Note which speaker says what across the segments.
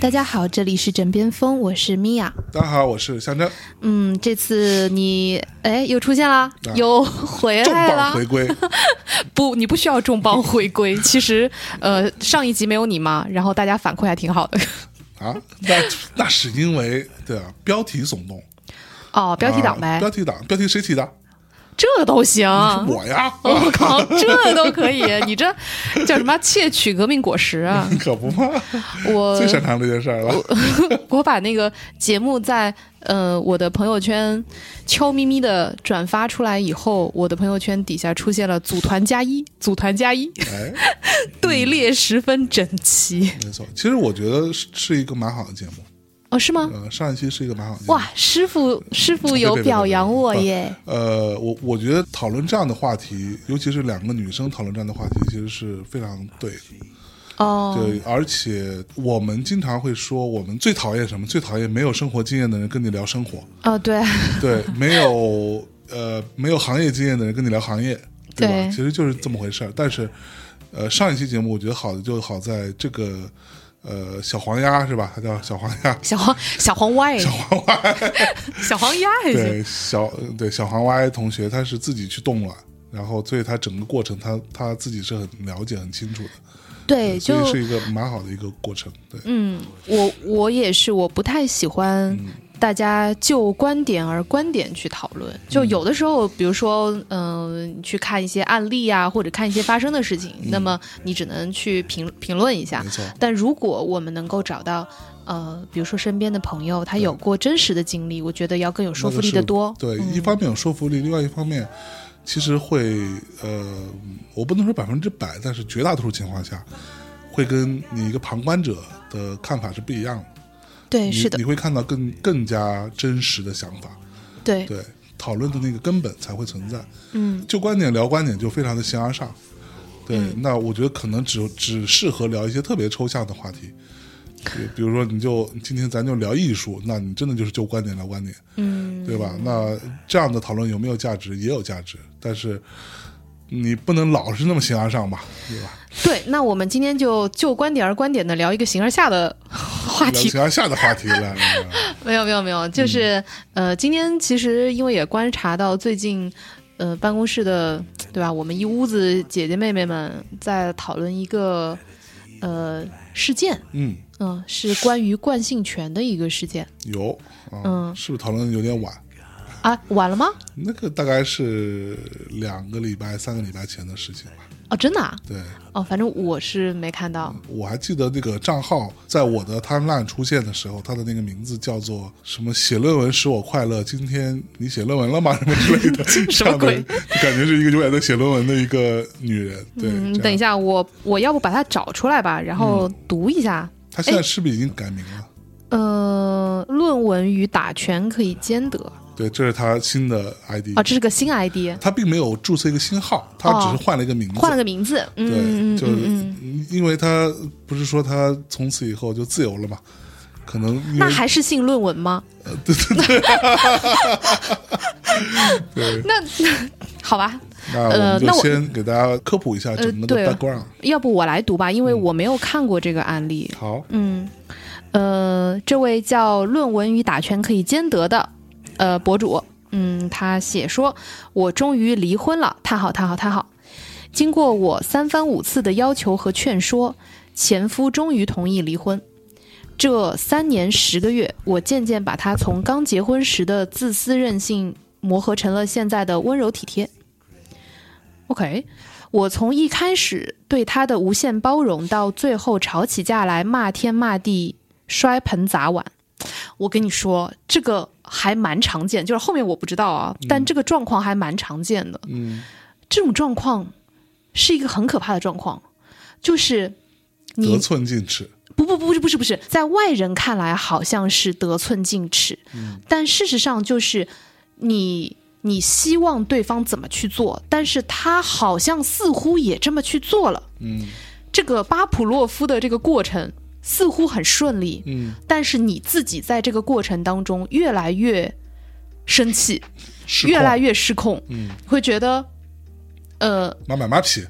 Speaker 1: 大家好，这里是枕边风，我是米娅。
Speaker 2: 大家好，我是象征，
Speaker 1: 嗯，这次你哎又出现了，又回
Speaker 2: 啊重
Speaker 1: 来
Speaker 2: 磅
Speaker 1: 了。
Speaker 2: 回归。
Speaker 1: 不，你不需要重磅回归。其实，呃，上一集没有你嘛，然后大家反馈还挺好的。
Speaker 2: 啊，那那是因为对啊，标题耸动，
Speaker 1: 哦，标题党
Speaker 2: 啊
Speaker 1: 呗，啊
Speaker 2: 标题党，标题谁起的？
Speaker 1: 这都行。
Speaker 2: 是我呀，
Speaker 1: 我靠，这都可以！你这 叫什么？窃取革命果实 啊！
Speaker 2: 可不嘛，
Speaker 1: 我
Speaker 2: 最擅长这件事儿了。
Speaker 1: 我把那个节目在呃我的朋友圈悄咪咪的转发出来以后，我的朋友圈底下出现了“组团加一”，组团加一，
Speaker 2: 哎，
Speaker 1: 队列十分整齐。
Speaker 2: 没错，其实我觉得是是一个蛮好的节目。
Speaker 1: 哦，是吗？
Speaker 2: 呃，上一期是一个蛮好的节目。
Speaker 1: 哇，师傅师傅有表扬我耶！
Speaker 2: 呃，我我觉得讨论这样的话题，尤其是两个女生讨论这样的话题，其实是非常对的。啊
Speaker 1: 哦，
Speaker 2: 对，而且我们经常会说，我们最讨厌什么？最讨厌没有生活经验的人跟你聊生活，
Speaker 1: 哦， 对，
Speaker 2: 对，没有呃没有行业经验的人跟你聊行业，对吧？
Speaker 1: 对
Speaker 2: 其实就是这么回事儿。但是，呃，上一期节目我觉得好的就好在这个呃小黄鸭是吧？它叫小黄 鸭，
Speaker 1: 小黄小黄歪，小黄歪，小黄鸭还行。
Speaker 2: 对小呃对小黄鸭同学，他是自己去动了。然后，所以他整个过程他，他自己是很了解、很清楚的，
Speaker 1: 对，
Speaker 2: 所
Speaker 1: 就
Speaker 2: 以是一个蛮好的一个过程。对，
Speaker 1: 嗯，我我也是，我不太喜欢
Speaker 2: 嗯
Speaker 1: 大家就观点而观点去讨论。
Speaker 2: 嗯
Speaker 1: 就有的时候，比如说，嗯、你去看一些案例啊，或者看一些发生的事情，
Speaker 2: 嗯
Speaker 1: 那么你只能去评评论一下
Speaker 2: 没。错。
Speaker 1: 但如果我们能够找到，呃，比如说身边的朋友，他有过真实的经历，我觉得要更有说服力的多。
Speaker 2: 啊对，一方面有说服力，另外一方面，其实会呃，我不能说百分之百，但是绝大多数情况下，会跟你一个旁观者的看法是不一样的。
Speaker 1: 对，
Speaker 2: 你
Speaker 1: 哎是的
Speaker 2: 你，会看到更更加真实的想法，
Speaker 1: 对，
Speaker 2: 对，讨论的那个根本才会存在。
Speaker 1: 嗯，
Speaker 2: 就观点聊观点就非常的形而上。对，那我觉得可能只只适合聊一些特别抽象的话题，比比如说你就今天咱就聊艺术，那你真的就是就观点聊观点，嗯，对吧？那这样的讨论有没有价值？也有价值，但是你不能老是那么形而上吧，对吧？
Speaker 1: 对。那我们今天就就观点而观点的聊一个形而下的话
Speaker 2: 聊
Speaker 1: 题
Speaker 2: 形而下的话题 了，嗯
Speaker 1: 没有没有没有，就是、呃，今天其实因为也观察到最近，呃，办公室的对吧，我们一屋子姐姐妹妹们在讨论一个呃事件，
Speaker 2: 嗯，
Speaker 1: 嗯、是关于惯性权的一个事件
Speaker 2: 有啊，
Speaker 1: 嗯
Speaker 2: 是不是讨论得有点晚？
Speaker 1: 啊，晚了吗？
Speaker 2: 那个大概是两个礼拜、三个礼拜前的事情吧，
Speaker 1: 哦，真的啊，
Speaker 2: 对。
Speaker 1: 哦，反正我是没看到，
Speaker 2: 我还记得那个账号在我的 timeline 出现的时候，它的那个名字叫做什么“写论文使我快乐”。今天你写论文了吗？什么之类的，
Speaker 1: 什么鬼
Speaker 2: 这样的？就感觉是一个永远在写论文的一个女人。对，
Speaker 1: 嗯，
Speaker 2: 这
Speaker 1: 等一
Speaker 2: 样。
Speaker 1: 下，我我要不把它找出来吧，然后读一下。
Speaker 2: 她现在是不是已经改名了？
Speaker 1: 呃，论文与打拳可以兼得
Speaker 2: 对，这是她新的 ID
Speaker 1: 啊，。这是个新 ID，
Speaker 2: 她并没有注册一个新号，她只是换了一个名字。
Speaker 1: 换了个名字。嗯
Speaker 2: 对，
Speaker 1: 嗯
Speaker 2: 就
Speaker 1: 嗯嗯嗯。
Speaker 2: 是因为她不是说她从此以后就自由了嘛？可能因
Speaker 1: 那
Speaker 2: 为呃
Speaker 1: 还是信论文吗？对对对。 那好吧，
Speaker 2: 那我们
Speaker 1: 呃那
Speaker 2: 就
Speaker 1: 我呃
Speaker 2: 先给大家科普一下整个的
Speaker 1: 对
Speaker 2: background。
Speaker 1: 要不我来读吧，因为我没有看过这个案例。
Speaker 2: 好，
Speaker 1: 嗯，呃，这位叫“论文与打拳可以兼得”的呃博主，嗯，他写说：“我终于离婚了，太好，太好，太好！经过我三番五次的要求和劝说，前夫终于同意离婚。这三年十个月，我渐渐把他从刚结婚时的自私任性磨合成了现在的温柔体贴。OK，我从一开始对他的无限包容，到最后吵起架来骂天骂地、摔盆砸碗。我跟你说，这个还蛮常见，就是后面我不知道啊，但这个状况还蛮常见的。
Speaker 2: 嗯，
Speaker 1: 这种状况是一个很可怕的状况，就是
Speaker 2: 得
Speaker 1: 你
Speaker 2: 寸进尺。
Speaker 1: 不不不是不是不是，在外人看来好像是得寸进尺，
Speaker 2: 嗯
Speaker 1: 但事实上就是你你希望对方怎么去做，但是他好像似乎也这么去做了。
Speaker 2: 嗯
Speaker 1: 这个巴甫洛夫的这个过程似乎很顺利，
Speaker 2: 嗯，
Speaker 1: 但是你自己在这个过程当中越来越生气，
Speaker 2: 失
Speaker 1: 越
Speaker 2: 控
Speaker 1: 来越失控，
Speaker 2: 嗯
Speaker 1: 会觉得，呃，
Speaker 2: 妈买马屁，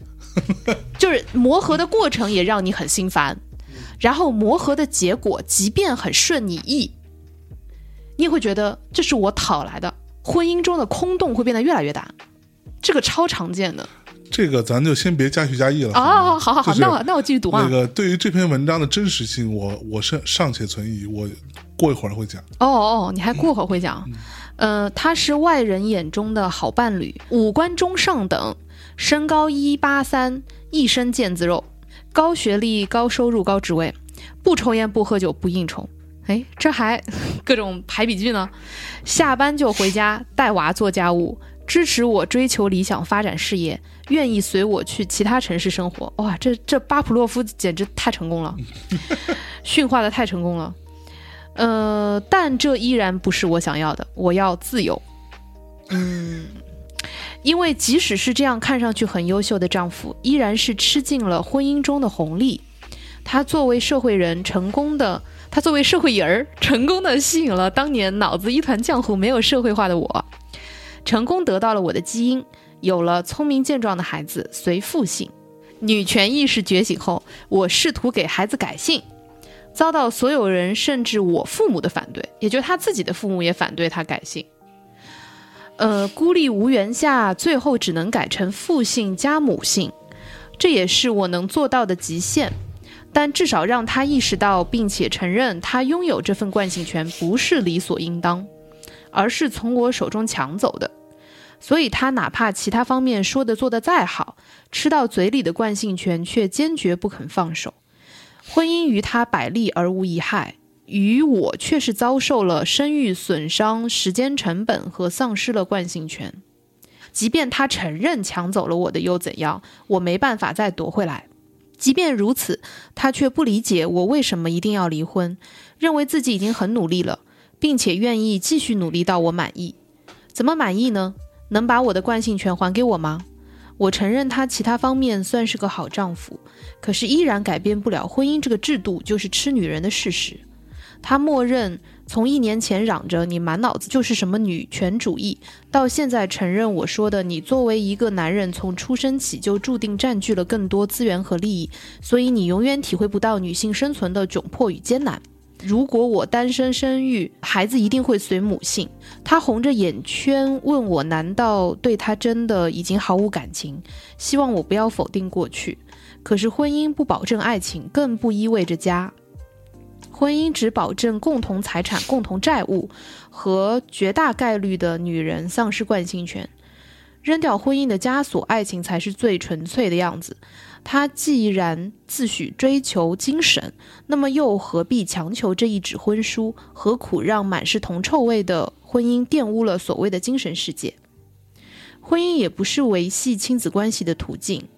Speaker 1: 就是磨合的过程也让你很心烦。然后磨合的结果，即便很顺你意，你也会觉得这是我讨来的。婚姻中的空洞会变得越来越大，这个超常见的。
Speaker 2: 这个咱就先别加许加意了
Speaker 1: 哦，好好好，
Speaker 2: 就是
Speaker 1: 那我那我继续读啊。
Speaker 2: 那个对于这篇文章的真实性，我我是尚且存疑，我过一会儿会讲。
Speaker 1: 哦哦，你还过会儿会讲。呃，他是外人眼中的好伴侣，五官中上等，身高一八三，一身腱子肉，高学历、高收入、高职位，不抽烟、不喝酒、不应酬。哎，这还 各种排比句呢。下班就回家带娃做家务，支持我追求理想、发展事业，愿意随我去其他城市生活。哇，这这巴甫洛夫简直太成功了，驯化的太成功了。呃，但这依然不是我想要的，我要自由。嗯，因为即使是这样看上去很优秀的丈夫，依然是吃尽了婚姻中的红利。他作为社会人成功的，他作为社会人儿成功的吸引了当年脑子一团浆糊、没有社会化的我，成功得到了我的基因，有了聪明健壮的孩子，随父姓。女权意识觉醒后，我试图给孩子改姓，遭到所有人甚至我父母的反对，也就是他自己的父母也反对他改姓。呃，孤立无援下，最后只能改成父姓加母姓，这也是我能做到的极限。但至少让他意识到，并且承认他拥有这份惯性权不是理所应当，而是从我手中抢走的。所以，他哪怕其他方面说的做的再好，吃到嘴里的惯性权却坚决不肯放手。婚姻于他百利而无一害，于我却是遭受了声誉损伤、时间成本和丧失了惯性权。即便他承认抢走了我的又怎样？我没办法再夺回来。即便如此，他却不理解我为什么一定要离婚，认为自己已经很努力了，并且愿意继续努力到我满意。怎么满意呢？能把我的惯性权还给我吗？我承认他其他方面算是个好丈夫，可是依然改变不了婚姻这个制度就是吃女人的事实。他默认从一年前嚷着你满脑子就是什么女权主义，到现在承认我说的你作为一个男人从出生起就注定占据了更多资源和利益，所以你永远体会不到女性生存的窘迫与艰难。如果我单身生育，孩子一定会随母姓。他红着眼圈问我：“难道对他真的已经毫无感情？”希望我不要否定过去。可是婚姻不保证爱情，更不意味着家。婚姻只保证共同财产、共同债务和绝大概率的女人丧失惯性权。扔掉婚姻的枷锁，爱情才是最纯粹的样子。他既然自诩追求精神，那么又何必强求这一纸婚书？何苦让满是铜臭味的婚姻玷污了所谓的精神世界？婚姻也不是维系亲子关系的途径，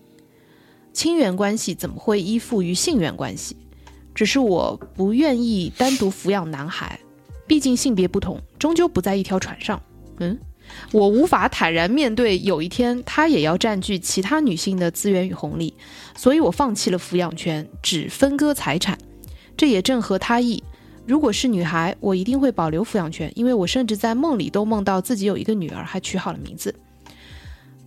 Speaker 1: 亲缘关系怎么会依附于性缘关系？只是我不愿意单独抚养男孩，毕竟性别不同，终究不在一条船上。嗯，我无法坦然面对有一天他也要占据其他女性的资源与红利，所以我放弃了抚养权，只分割财产。这也正合他意。如果是女孩，我一定会保留抚养权，因为我甚至在梦里都梦到自己有一个女儿，还取好了名字。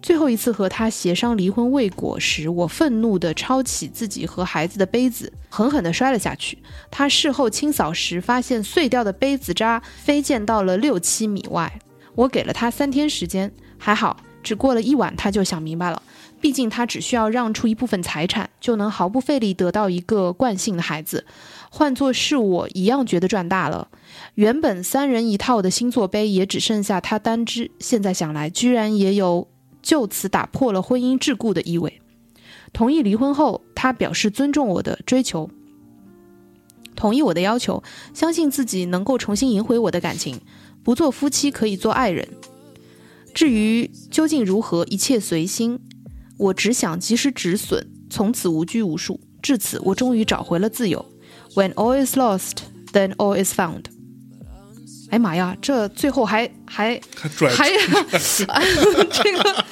Speaker 1: 最后一次和他协商离婚未果时，我愤怒地抄起自己和孩子的杯子，狠狠地摔了下去。他事后清扫时，发现碎掉的杯子渣飞溅到了六七米外。我给了他三天时间，还好，只过了一晚他就想明白了。毕竟他只需要让出一部分财产，就能毫不费力得到一个惯性的孩子。换作是我，一样觉得赚大了。原本三人一套的星座杯也只剩下他单只，现在想来，居然也有就此打破了婚姻桎梏的意味。同意离婚后，他表示尊重我的追求，同意我的要求，相信自己能够重新赢回我的感情，不做夫妻可以做爱人。至于究竟如何，一切随心。我只想及时止损，从此无拘无束。至此，我终于找回了自由。When all is lost, then all is found。哎妈呀，这最后还还
Speaker 2: 他拽
Speaker 1: 还 啊这个，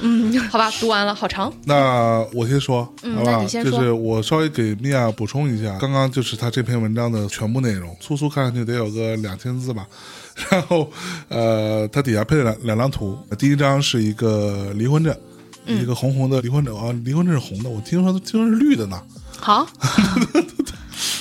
Speaker 1: 嗯，好吧，读完了，好长。
Speaker 2: 那我先说，
Speaker 1: 嗯
Speaker 2: 好
Speaker 1: 那
Speaker 2: 吧，
Speaker 1: 你先
Speaker 2: 就
Speaker 1: 说
Speaker 2: 是我稍微给米娅补充一下，刚刚就是他这篇文章的全部内容，粗粗看上去得有个两千字吧。 然后，呃，他底下配了两两张图，第一张是一个离婚证，
Speaker 1: 嗯
Speaker 2: 一哦 个红红的离婚证啊，离婚证是红的，我听说听说是绿的呢。
Speaker 1: 好，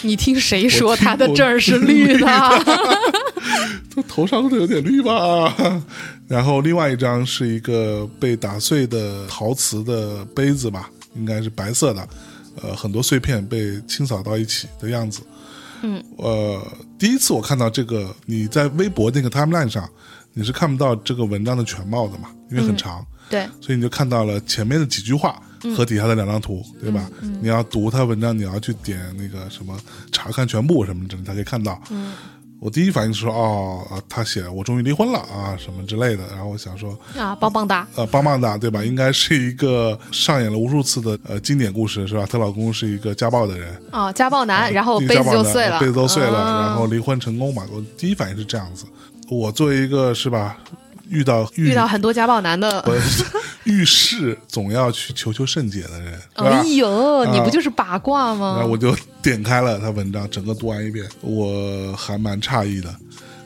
Speaker 1: 你听谁说
Speaker 2: 我听
Speaker 1: 他的证儿是绿的？
Speaker 2: 他头上都有点绿吧。 然后另外一张是一个被打碎的陶瓷的杯子吧，应该是白色的，呃，很多碎片被清扫到一起的样子。
Speaker 1: 嗯，
Speaker 2: 呃，第一次我看到这个，你在微博那个 timeline 上，你是看不到这个文章的全貌的嘛，因为很长。
Speaker 1: 嗯对，嗯
Speaker 2: 所以你就看到了前面的几句话和底下的两张图，对吧？你要读他文章，你要去点那个什么查看全部什么之类的，才可以看到。
Speaker 1: 嗯
Speaker 2: 我第一反应是说，哦，啊他写我终于离婚了啊，什么之类的。然后我想说，
Speaker 1: 啊，棒棒哒！
Speaker 2: 呃，棒棒哒，对吧？应该是一个上演了无数次的呃经典故事，是吧？她老公是一个家暴的人，
Speaker 1: 啊，家暴男，然后
Speaker 2: 第一
Speaker 1: 杯
Speaker 2: 家
Speaker 1: 子
Speaker 2: 暴
Speaker 1: 就
Speaker 2: 男
Speaker 1: 碎了，
Speaker 2: 杯子都碎了，
Speaker 1: 啊
Speaker 2: 然后离婚成功嘛。我第一反应是这样子。我作为一个是吧，遇到
Speaker 1: 遇到很多家暴男的。
Speaker 2: 我 遇事总要去求求甚解的人，对吧
Speaker 1: 哎？呦，
Speaker 2: 啊
Speaker 1: 你不就是八卦
Speaker 2: 然
Speaker 1: 吗
Speaker 2: 后？我就点开了他文章，整个读完一遍，我还蛮诧异的。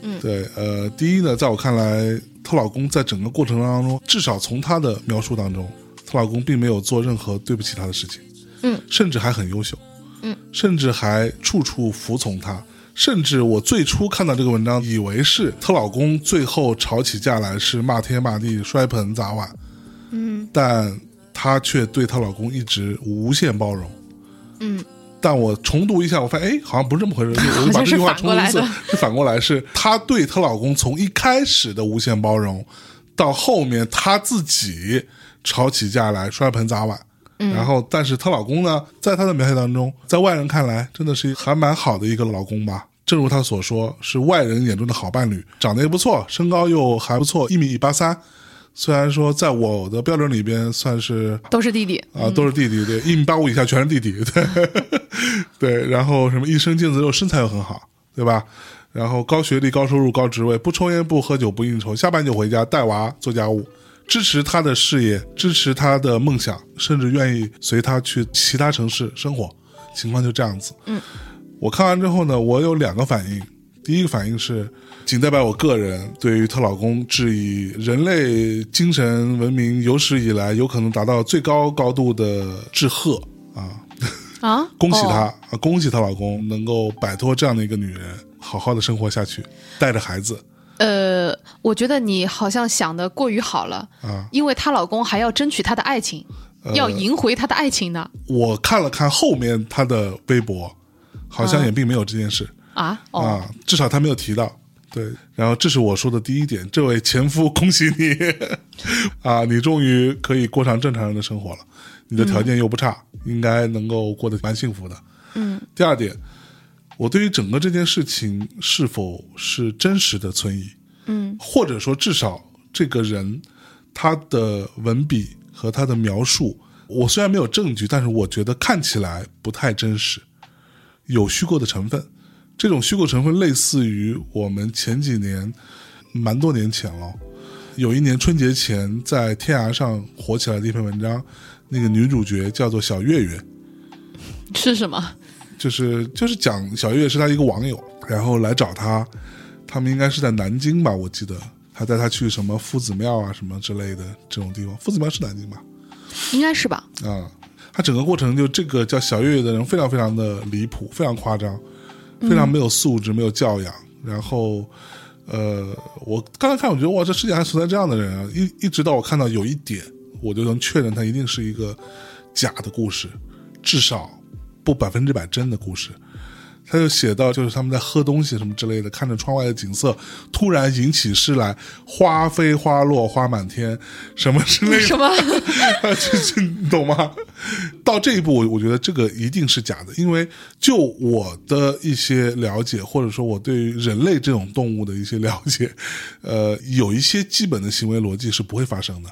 Speaker 1: 嗯
Speaker 2: 对，呃，第一呢，在我看来，她老公在整个过程当中，至少从她的描述当中，她老公并没有做任何对不起她的事情，
Speaker 1: 嗯，
Speaker 2: 甚至还很优秀，
Speaker 1: 嗯，
Speaker 2: 甚至还处处服从她。甚至我最初看到这个文章，以为是她老公最后吵起架来是骂天骂地、摔盆砸碗，
Speaker 1: 嗯
Speaker 2: 但她却对她老公一直无限包容。
Speaker 1: 嗯，
Speaker 2: 但我重读一下，我发现哎，好像不是这么回事。我就把
Speaker 1: 像
Speaker 2: 这
Speaker 1: 是
Speaker 2: 句话
Speaker 1: 反
Speaker 2: 重
Speaker 1: 过
Speaker 2: 读
Speaker 1: 来
Speaker 2: 一 次
Speaker 1: 的，
Speaker 2: 是反过来，是她对她老公从一开始的无限包容，到后面她自己吵起架来摔盆砸碗。然后，但是她老公呢，在她的描写当中，在外人看来，真的是还蛮好的一个老公吧。正如她所说，是外人眼中的好伴侣，长得也不错，身高又还不错，一米八三。虽然说在我的标准里边算是
Speaker 1: 都是弟弟。
Speaker 2: 啊，都是弟弟，对，一米八五以下全是弟弟，对，对，然后什么一身腱子肉，身材又很好，对吧？然后高学历、高收入、高职位，不抽烟、不喝酒、不应酬，下班就回家带娃、做家务，支持他的事业，支持他的梦想，甚至愿意随他去其他城市生活，情况就这样子。
Speaker 1: 嗯，
Speaker 2: 我看完之后呢，我有两个反应，第一个反应是，仅代表我个人对于她老公致以人类精神文明有史以来有可能达到最高高度的致贺啊！
Speaker 1: 啊，
Speaker 2: 恭喜
Speaker 1: 哦
Speaker 2: 她、啊！恭喜她老公能够摆脱这样的一个女人，好好的生活下去，带着孩子
Speaker 1: 呃，我觉得你好像想的过于好了，
Speaker 2: 啊！
Speaker 1: 因为她老公还要争取她的爱情，
Speaker 2: 呃
Speaker 1: 要赢回她的爱情呢。
Speaker 2: 我看了看后面她的微博，好
Speaker 1: 嗯
Speaker 2: 像也并没有这件事。
Speaker 1: 啊，哦，
Speaker 2: 啊，至少他没有提到。对，然后这是我说的第一点，这位前夫，恭喜你 啊，你终于可以过上正常人的生活了，你的条件又不差，应该能够过得蛮幸福的。
Speaker 1: 嗯，
Speaker 2: 第二点，我对于整个这件事情是否是真实的存疑，
Speaker 1: 嗯，
Speaker 2: 或者说至少这个人他的文笔和他的描述，我虽然没有证据，但是我觉得看起来不太真实，有虚构的成分。这种虚构成分类似于我们前几年，蛮多年前了，有一年春节前在天涯上火起来的一篇文章，那个女主角叫做小月月，
Speaker 1: 是什么？
Speaker 2: 就是就是讲小月是她一个网友，然后来找她，他们应该是在南京吧，我记得还带她去什么夫子庙啊什么之类的这种地方，夫子庙是南京吧？
Speaker 1: 应该是吧？
Speaker 2: 啊、他整个过程就这个叫小月月的人非常非常的离谱，非常夸张，非常没有素质，没有教养。然后，呃，我刚才看，我觉得哇，这世界还存在这样的人啊！一一直到我看到有一点，我就能确认他一定是一个假的故事，至少不百分之百真的故事。他就写到，就是他们在喝东西什么之类的，看着窗外的景色，突然引起诗来，花飞花落花满天，什么之类的，
Speaker 1: 什么？
Speaker 2: 啊， 就是你懂吗？到这一步，我我觉得这个一定是假的，因为就我的一些了解，或者说我对于人类这种动物的一些了解，呃，有一些基本的行为逻辑是不会发生的，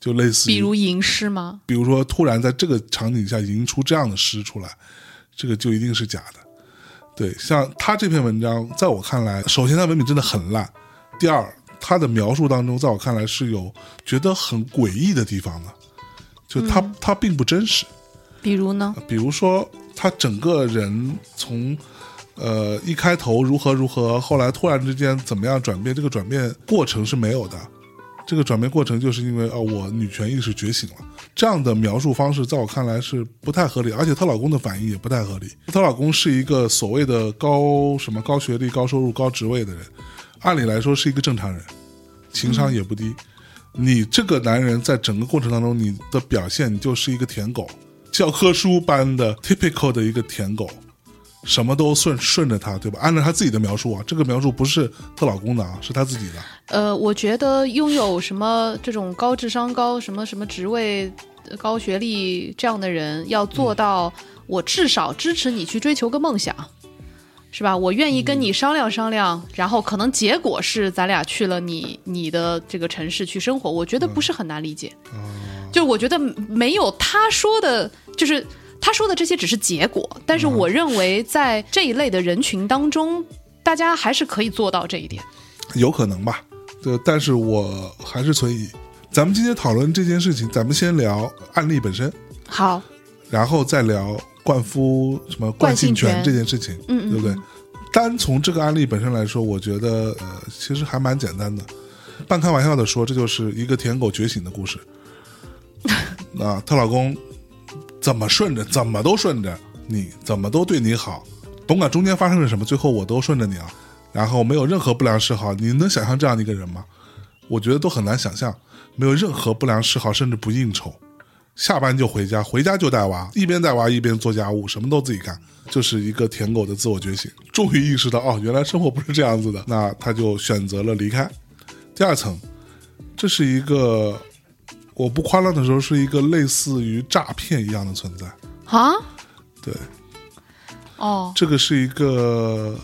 Speaker 2: 就类似于
Speaker 1: 比如吟诗吗？
Speaker 2: 比如说突然在这个场景下吟出这样的诗出来，这个就一定是假的。对，像他这篇文章，在我看来，首先他文笔真的很烂，第二，他的描述当中，在我看来是有觉得很诡异的地方的，就他、他并不真实。
Speaker 1: 比如呢？
Speaker 2: 比如说他整个人从呃一开头如何如何，后来突然之间怎么样转变，这个转变过程是没有的。这个转变过程就是因为啊、我女权意识觉醒了。这样的描述方式，在我看来是不太合理，而且她老公的反应也不太合理。她老公是一个所谓的高什么高学历、高收入、高职位的人，按理来说是一个正常人，情商也不低。你这个男人在整个过程当中，你的表现你就是一个舔狗，教科书般的 typical 的一个舔狗，什么都顺顺着他，对吧？按照他自己的描述啊，这个描述不是她老公的啊，是她自己的。
Speaker 1: 呃，我觉得拥有什么这种高智商、高什么什么职位、呃高学历这样的人，要做到我至少支持你去追求个梦想，是吧？我愿意跟你商量商量，然后可能结果是咱俩去了你你的这个城市去生活，我觉得不是很难理解。就我觉得没有他说的，就是。他说的这些只是结果，但是我认为在这一类的人群当中，大家还是可以做到这一点。
Speaker 2: 有可能吧，对，但是我还是存疑。咱们今天讨论这件事情，咱们先聊案例本身，
Speaker 1: 好，
Speaker 2: 然后再聊灌夫什么
Speaker 1: 惯
Speaker 2: 惯
Speaker 1: 性
Speaker 2: 性
Speaker 1: 权
Speaker 2: 权这件事情，
Speaker 1: 嗯嗯
Speaker 2: 对不对
Speaker 1: 嗯？
Speaker 2: 单从这个案例本身来说，我觉得呃，其实还蛮简单的。半开玩笑的说，这就是一个舔狗觉醒的 故事。啊，她老公怎么顺着，怎么都顺着你，怎么都对你好，甭管中间发生了什么，最后我都顺着你啊。然后没有任何不良嗜好，你能想象这样的一个人吗？我觉得都很难想象，没有任何不良嗜好，甚至不应酬，下班就回家，回家就带娃，一边带娃一边做家务，什么都自己干，就是一个舔狗的自我觉醒。终于意识到，哦，原来生活不是这样子的，那他就选择了离开。第二层，这是一个我不夸张的时候，是一个类似于诈骗一样的存在。
Speaker 1: 啊，
Speaker 2: 对，
Speaker 1: 哦，
Speaker 2: 这个是一个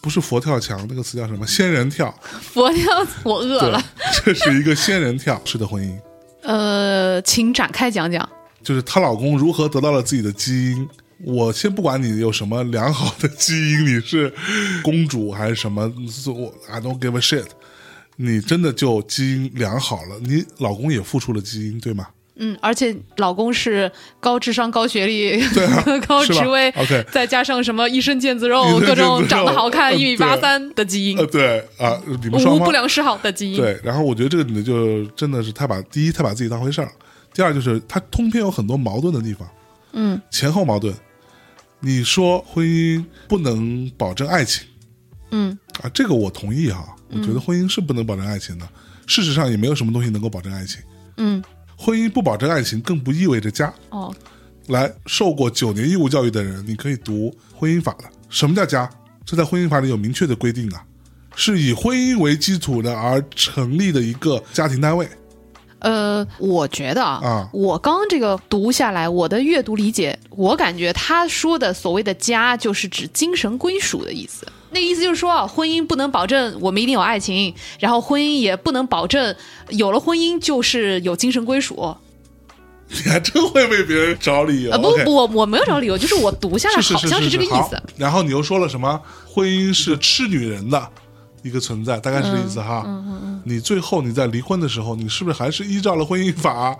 Speaker 2: 不是佛跳墙，那个词叫什么？仙人跳。
Speaker 1: 佛跳， 我饿
Speaker 2: 对
Speaker 1: 了。，
Speaker 2: 这是一个仙人跳式的婚姻，
Speaker 1: 呃，请展开讲讲。
Speaker 2: 就是她老公如何得到了自己的基因。我先不管你有什么良好的基因，你是公主还是什么，我 I don't give a shit。你真的就基因良好了，你老公也付出了基因，对吗？
Speaker 1: 嗯，而且老公是高智商、高学历、
Speaker 2: 对啊
Speaker 1: 高
Speaker 2: 是吧
Speaker 1: 哦职位
Speaker 2: OK
Speaker 1: 再加上什么一身腱子肉
Speaker 2: 一身腱，子
Speaker 1: 各种
Speaker 2: 肉
Speaker 1: 长得好看、
Speaker 2: 嗯
Speaker 1: 一米八三的基因
Speaker 2: 呃，，对啊，你们双
Speaker 1: 无
Speaker 2: 方
Speaker 1: 不良嗜好的基因。
Speaker 2: 对，然后我觉得这个女的就真的是她把第一她把自己当回事儿，第二就是她通篇有很多矛盾的地方，
Speaker 1: 嗯，
Speaker 2: 前后矛盾。你说婚姻不能保证爱情
Speaker 1: 嗯
Speaker 2: 啊，这个我同意哈，我觉得婚姻是不能保证爱情的。事实上也没有什么东西能够保证爱情，
Speaker 1: 嗯，
Speaker 2: 婚姻不保证爱情，更不意味着家。
Speaker 1: 哦，
Speaker 2: 来，受过九年义务教育的人，你可以读婚姻法的。什么叫家？这在婚姻法里有明确的规定啊，是以婚姻为基础的而成立的一个家庭单位。
Speaker 1: 呃，我觉得啊
Speaker 2: 啊，
Speaker 1: 我刚刚这个读下来，我的阅读理解，我感觉他说的所谓的家，就是指精神归属的意思。那个意思就是说啊，婚姻不能保证我们一定有爱情，然后婚姻也不能保证有了婚姻就是有精神归属。
Speaker 2: 你还真会为别人找理由。
Speaker 1: 呃，不
Speaker 2: OK
Speaker 1: 不，我我没有找理由，就是我读下来
Speaker 2: 是是
Speaker 1: 好
Speaker 2: 是
Speaker 1: 像
Speaker 2: 是
Speaker 1: 这个意
Speaker 2: 好
Speaker 1: 思。
Speaker 2: 然后你又说了什么？婚姻是吃女人的一个存在，大概是这意思哈。嗯嗯嗯你最后你在离婚的时候，你是不是还是依照了婚姻法，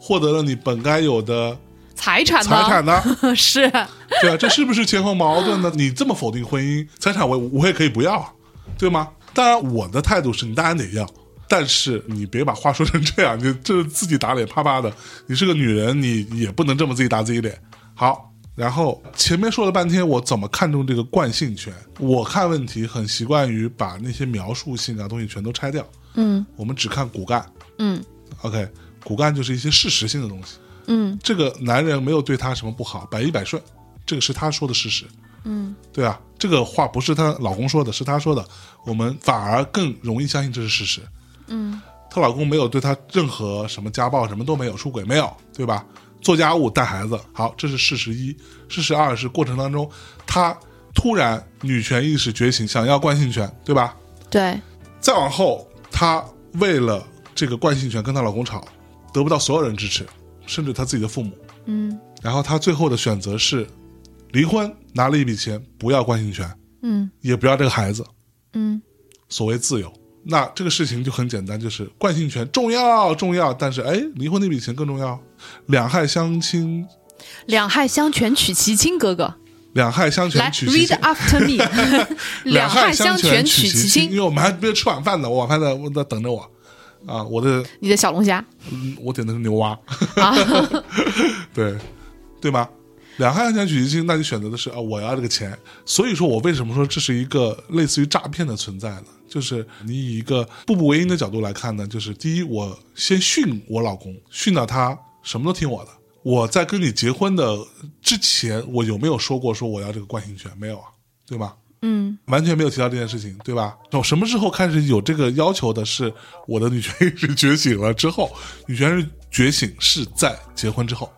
Speaker 2: 获得了你本该有的
Speaker 1: 财产呢？
Speaker 2: 财产呢？
Speaker 1: 是，
Speaker 2: 对啊，这是不是前后矛盾呢？你这么否定婚姻，财产我我也可以不要啊，对吗？当然，我的态度是你当然得要，但是你别把话说成这样，你这自己打脸啪啪的。你是个女人，你也不能这么自己打自己脸。好，然后前面说了半天，我怎么看重这个惯性权？我看问题很习惯于把那些描述性啊东西全都拆掉，
Speaker 1: 嗯
Speaker 2: 我们只看骨干。
Speaker 1: 嗯
Speaker 2: OK，骨干就是一些事实性的东西。
Speaker 1: 嗯
Speaker 2: 这个男人没有对她什么不好，百依百顺，这个是她说的事实，
Speaker 1: 嗯
Speaker 2: 对啊，这个话不是她老公说的，是她说的，我们反而更容易相信这是事实。
Speaker 1: 嗯，
Speaker 2: 她老公没有对她任何什么家暴，什么都没有，出轨没有，对吧？做家务、带孩子，好，这是事实一。事实二是过程当中，她突然女权意识觉醒，想要惯性权，对吧？
Speaker 1: 对，
Speaker 2: 再往后，她为了这个惯性权跟她老公吵，得不到所有人支持，甚至她自己的父母。
Speaker 1: 嗯
Speaker 2: 然后她最后的选择是离婚，拿了一笔钱，不要惯性权，
Speaker 1: 嗯
Speaker 2: 也不要这个孩子，
Speaker 1: 嗯
Speaker 2: 所谓自由。那这个事情就很简单，就是惯性权重要重要，但是哎，离婚那笔钱更重要，两害相亲，
Speaker 1: 两害相权取其轻，哥哥，
Speaker 2: 两害相权
Speaker 1: 来
Speaker 2: 取其
Speaker 1: ，read
Speaker 2: 轻。
Speaker 1: after me，
Speaker 2: 两
Speaker 1: 害
Speaker 2: 相
Speaker 1: 权
Speaker 2: 取
Speaker 1: 其
Speaker 2: 轻，因
Speaker 1: 轻。
Speaker 2: 为我们还没吃晚饭呢，我晚饭在我在等着我啊，我的
Speaker 1: 你的小龙虾
Speaker 2: 嗯我点的是牛蛙，
Speaker 1: 啊，
Speaker 2: 对对吗？两害相权取其轻，那你选择的是啊，我要这个钱。所以说我为什么说这是一个类似于诈骗的存在呢？就是你以一个步步为营的角度来看呢，就是第一，我先训我老公，训到他什么都听我的。我在跟你结婚的之前，我有没有说过说我要这个惯性权？没有啊，对吧？
Speaker 1: 嗯，
Speaker 2: 完全没有提到这件事情，对吧？从什么时候开始有这个要求的？是我的女权意识觉醒了之后，女权意识觉醒是在结婚之后，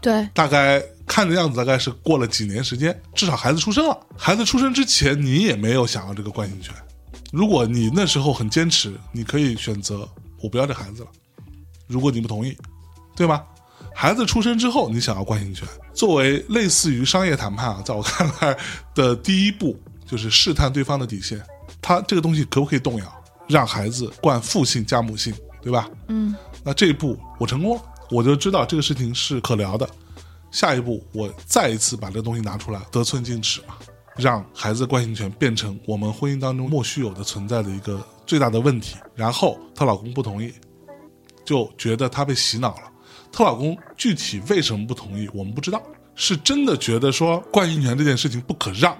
Speaker 1: 对，
Speaker 2: 大概看的样子，大概是过了几年时间，至少孩子出生了。孩子出生之前，你也没有想要这个惯性权。如果你那时候很坚持，你可以选择我不要这孩子了。如果你不同意，对吗？孩子出生之后，你想要惯性权，作为类似于商业谈判啊，在我看来的第一步就是试探对方的底线，他这个东西可不可以动摇，让孩子惯父性加母性，对吧？
Speaker 1: 嗯，
Speaker 2: 那这一步我成功了，我就知道这个事情是可聊的。下一步我再一次把这个东西拿出来，得寸进尺嘛，让孩子的惯性权变成我们婚姻当中莫须有的存在的一个最大的问题。然后她老公不同意，就觉得她被洗脑了。她老公具体为什么不同意，我们不知道，是真的觉得说惯性权这件事情不可让，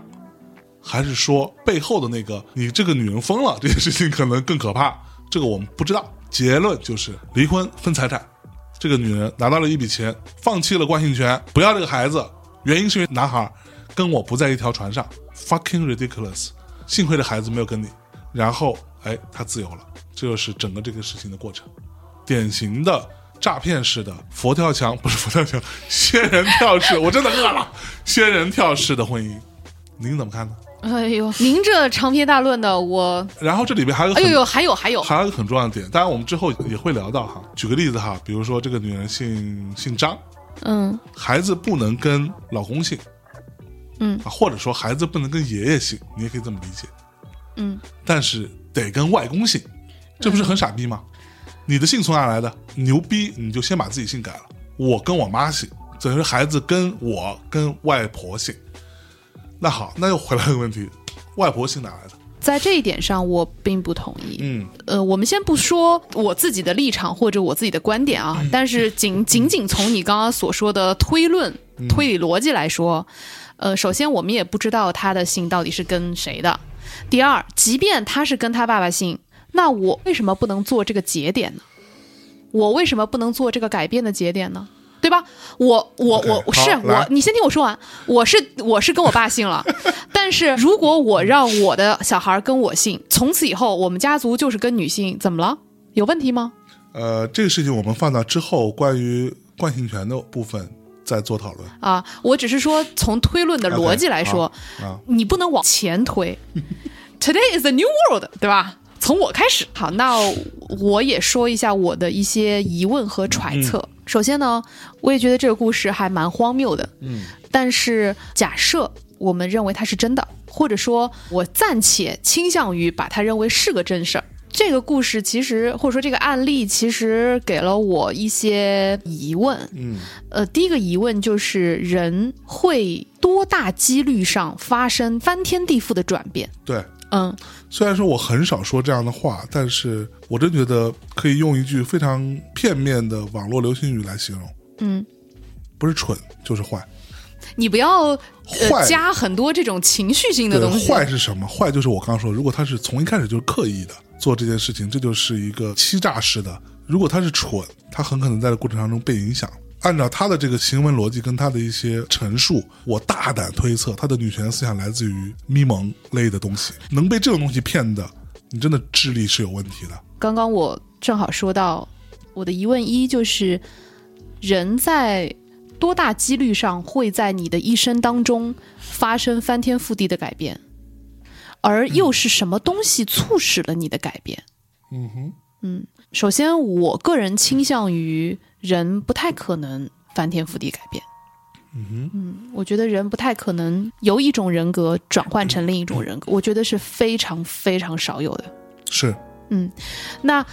Speaker 2: 还是说背后的那个你这个女人疯了这件事情可能更可怕？这个我们不知道。结论就是离婚分财产，这个女人拿到了一笔钱，放弃了惯性权，不要这个孩子，原因是因为男孩跟我不在一条船上，fucking ridiculous。幸亏这孩子没有跟你，然后哎，他自由了，这就是整个这个事情的过程。典型的诈骗式的佛跳墙，不是佛跳墙，仙人跳式，我真的饿了，仙人跳式的婚姻，您怎么看呢？
Speaker 1: 哎呦，您这长篇大论的，我，
Speaker 2: 然后这里边还有个
Speaker 1: 哎
Speaker 2: 很
Speaker 1: 呦呦，还有还有，
Speaker 2: 还有一个很重要的点，当然我们之后也会聊到哈。举个例子哈，比如说这个女人姓姓张，
Speaker 1: 嗯
Speaker 2: 孩子不能跟老公姓
Speaker 1: 嗯
Speaker 2: 啊，或者说孩子不能跟爷爷姓，你也可以这么理解，
Speaker 1: 嗯，
Speaker 2: 但是得跟外公姓，这不是很傻逼
Speaker 1: 嗯
Speaker 2: 吗？你的姓从哪来的？牛逼，你就先把自己姓改了。我跟我妈姓，等于孩子跟我跟外婆姓。那好，那又回来一个问题，外婆姓哪来的？
Speaker 1: 在这一点上我并不同意。
Speaker 2: 嗯，
Speaker 1: 呃，我们先不说我自己的立场或者我自己的观点
Speaker 2: 嗯
Speaker 1: 啊，但是仅仅仅从你刚刚所说的推论、
Speaker 2: 嗯
Speaker 1: 推理逻辑来说，呃，首先我们也不知道他的姓到底是跟谁的。第二，即便他是跟他爸爸姓，那我为什么不能做这个节点呢？我为什么不能做这个改变的节点呢？对吧？我我
Speaker 2: OK，
Speaker 1: 我
Speaker 2: 好
Speaker 1: 是啊
Speaker 2: 来
Speaker 1: 我，你先听我说完。我是我是跟我爸 姓了，但是如果我让我的小孩跟我姓，从此以后我们家族就是跟女姓，怎么了？有问题吗？
Speaker 2: 呃，这个事情我们放到之后关于惯性权的部分再做讨论
Speaker 1: 啊，我只是说从推论的呃逻辑来说
Speaker 2: OK，好啊
Speaker 1: 你不能往前推。Today is a new world，对吧？从我开始。好，那我也说一下我的一些疑问和揣测。首先呢，我也觉得这个故事还蛮荒谬的。嗯，但是假设我们认为它是真的，或者说我暂且倾向于把它认为是个真事儿。这个故事其实，或者说这个案例，其实给了我一些疑问。
Speaker 2: 嗯，
Speaker 1: 呃，第一个疑问就是人会多大几率上发生翻天地覆的转变？
Speaker 2: 对，
Speaker 1: 嗯，
Speaker 2: 虽然说我很少说这样的话，但是我真觉得可以用一句非常片面的网络流行语来形容。
Speaker 1: 嗯，
Speaker 2: 不是蠢就是坏。
Speaker 1: 你不要呃
Speaker 2: 坏
Speaker 1: 加很多这种情绪性的
Speaker 2: 对，
Speaker 1: 东西。
Speaker 2: 坏是什么？坏就是我刚刚说，如果他是从一开始就是刻意的做这件事情，这就是一个欺诈式的。如果他是蠢，他很可能在这过程当中被影响。按照他的这个行文逻辑跟他的一些陈述，我大胆推测，他的女权思想来自于咪蒙类的东西。能被这种东西骗的，你真的智力是有问题的。
Speaker 1: 刚刚我正好说到我的疑问一就是，人在多大几率上会在你的一生当中发生翻天覆地的改变，而又是什么东西促使了你的改变？
Speaker 2: 嗯哼，
Speaker 1: 首先，我个人倾向于人不太可能翻天覆地改变。
Speaker 2: 嗯哼，
Speaker 1: 我觉得人不太可能由一种人格转换成另一种人格，我觉得是非常非常少有的。
Speaker 2: 是
Speaker 1: 那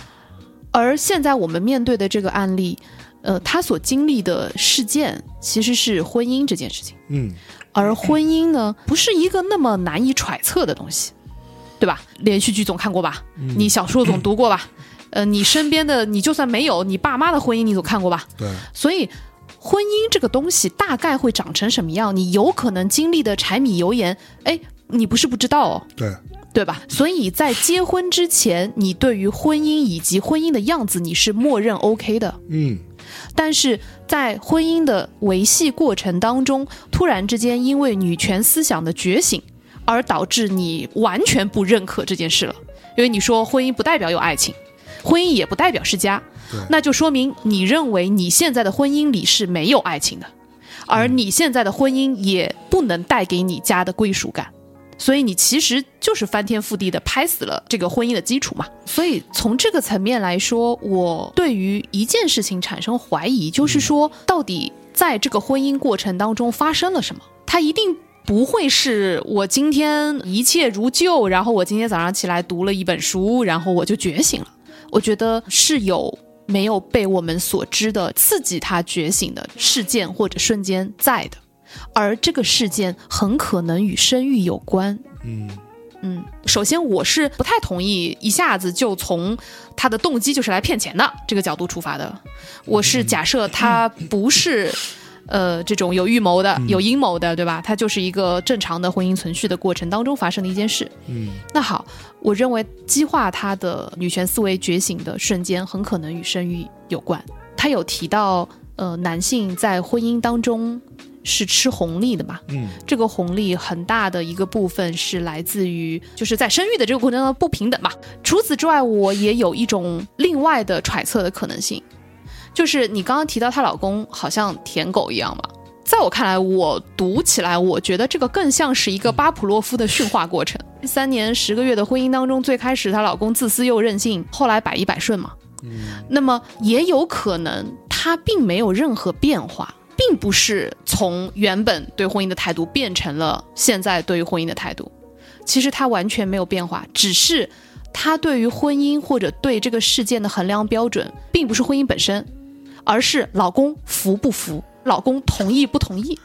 Speaker 1: 而现在我们面对的这个案例，呃，他所经历的事件其实是婚姻这件事情。
Speaker 2: 嗯，
Speaker 1: 而婚姻呢，不是一个那么难以揣测的东西，对吧？连续剧总看过吧？
Speaker 2: 嗯
Speaker 1: 你小说总读过吧？呃，你身边的你就算没有，你爸妈的婚姻你总看过吧？
Speaker 2: 对，
Speaker 1: 所以，婚姻这个东西大概会长成什么样，你有可能经历的柴米油盐，哎，你不是不知道哦，
Speaker 2: 对，
Speaker 1: 对吧？所以在结婚之前，你对于婚姻以及婚姻的样子，你是默认 OK 的。
Speaker 2: 嗯，
Speaker 1: 但是在婚姻的维系过程当中，突然之间因为女权思想的觉醒，而导致你完全不认可这件事了，因为你说婚姻不代表有爱情，婚姻也不代表是家
Speaker 2: 对，
Speaker 1: 那就说明你认为你现在的婚姻里是没有爱情的，而你现在的婚姻也不能带给你家的归属感。所以你其实就是翻天覆地的拍死了这个婚姻的基础嘛。所以从这个层面来说，我对于一件事情产生怀疑，就是说到底在这个婚姻过程当中发生了什么？它一定。不会是我今天一切如旧，然后我今天早上起来读了一本书，然后我就觉醒了。我觉得是有没有被我们所知的刺激他觉醒的事件或者瞬间在的，而这个事件很可能与生育有关。
Speaker 2: 嗯，
Speaker 1: 嗯，首先我是不太同意一下子就从他的动机就是来骗钱的这个角度出发的。我是假设他不是，呃，这种有预谋的、有阴谋的，对吧？他就是一个正常的婚姻存续的过程当中发生的一件事。
Speaker 2: 嗯，
Speaker 1: 那好，我认为激化他的女权思维觉醒的瞬间，很可能与生育有关。他有提到，呃，男性在婚姻当中是吃红利的嘛？
Speaker 2: 嗯，
Speaker 1: 这个红利很大的一个部分是来自于就是在生育的这个过程当中不平等嘛。除此之外，我也有一种另外的揣测的可能性，就是你刚刚提到她老公好像舔狗一样嘛。在我看来，我读起来，我觉得这个更像是一个巴甫洛夫的驯化过程。三年十个月的婚姻当中，最开始她老公自私又任性，后来百依百顺嘛。那么也有可能她并没有任何变化，并不是从原本对婚姻的态度变成了现在对于婚姻的态度。其实她完全没有变化，只是她对于婚姻或者对这个事件的衡量标准，并不是婚姻本身，而是老公服不服，老公同意不同意。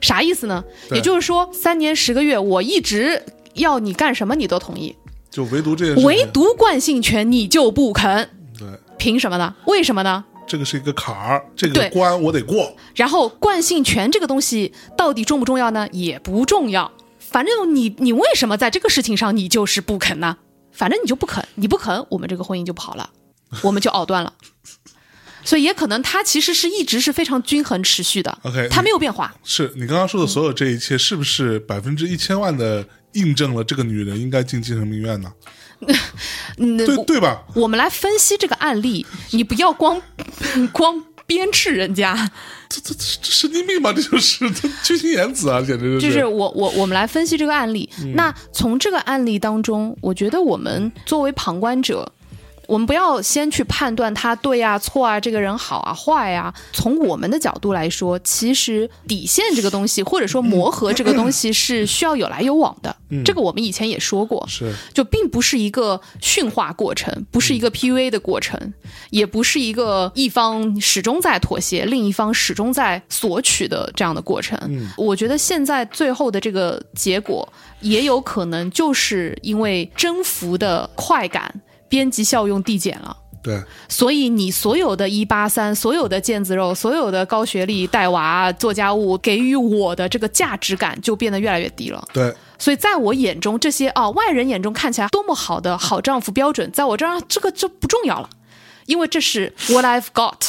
Speaker 1: 啥意思呢？
Speaker 2: 对
Speaker 1: 也就是说，三年十个月，我一直要你干什么，你都同意，
Speaker 2: 就唯独这件事情，
Speaker 1: 唯独惯性权你就不肯，
Speaker 2: 对，
Speaker 1: 凭什么呢？为什么呢？
Speaker 2: 这个是一个坎儿，这个
Speaker 1: 对
Speaker 2: 关我得过，
Speaker 1: 然后惯性权这个东西到底重不重要呢？也不重要。反正你你为什么在这个事情上你就是不肯呢？反正你就不肯，你不肯，我们这个婚姻就不好了，我们就藕断了。所以也可能他其实是一直是非常均衡持续的
Speaker 2: OK，
Speaker 1: 他没有变化。
Speaker 2: 是你刚刚说的所有这一切，是不
Speaker 1: 嗯
Speaker 2: 是百分之一千万的印证了这个女人应该进精神病院呢？
Speaker 1: 嗯，
Speaker 2: 对对吧？
Speaker 1: 我们来分析这个案例，你不要光 光鞭笞人家，
Speaker 2: 这这这这神经病吧，这就是 这缺心眼子啊，简直
Speaker 1: 就是
Speaker 2: 是
Speaker 1: 我我我们来分析这个案例。那从这个案例当中，我觉得我们作为旁观者，我们不要先去判断他对啊、错啊，这个人好啊、坏啊。从我们的角度来说，其实底线这个东西，或者说磨合这个东西，是需要有来有往的。这个我们以前也说过，
Speaker 2: 是
Speaker 1: 就并不是一个驯化过程，不是一个 PUA 的过程，也不是一个一方始终在妥协，另一方始终在索取的这样的过程。我觉得现在最后的这个结果，也有可能就是因为征服的快感，边际效用递减了。
Speaker 2: 对，
Speaker 1: 所以你所有的一八三，所有的腱子肉，所有的高学历带娃做家务，给予我的这个价值感就变得越来越低了。
Speaker 2: 对，
Speaker 1: 所以在我眼中，这些啊外人眼中看起来多么好的好丈夫标准，在我这儿这个就不重要了，因为这是 what I've got，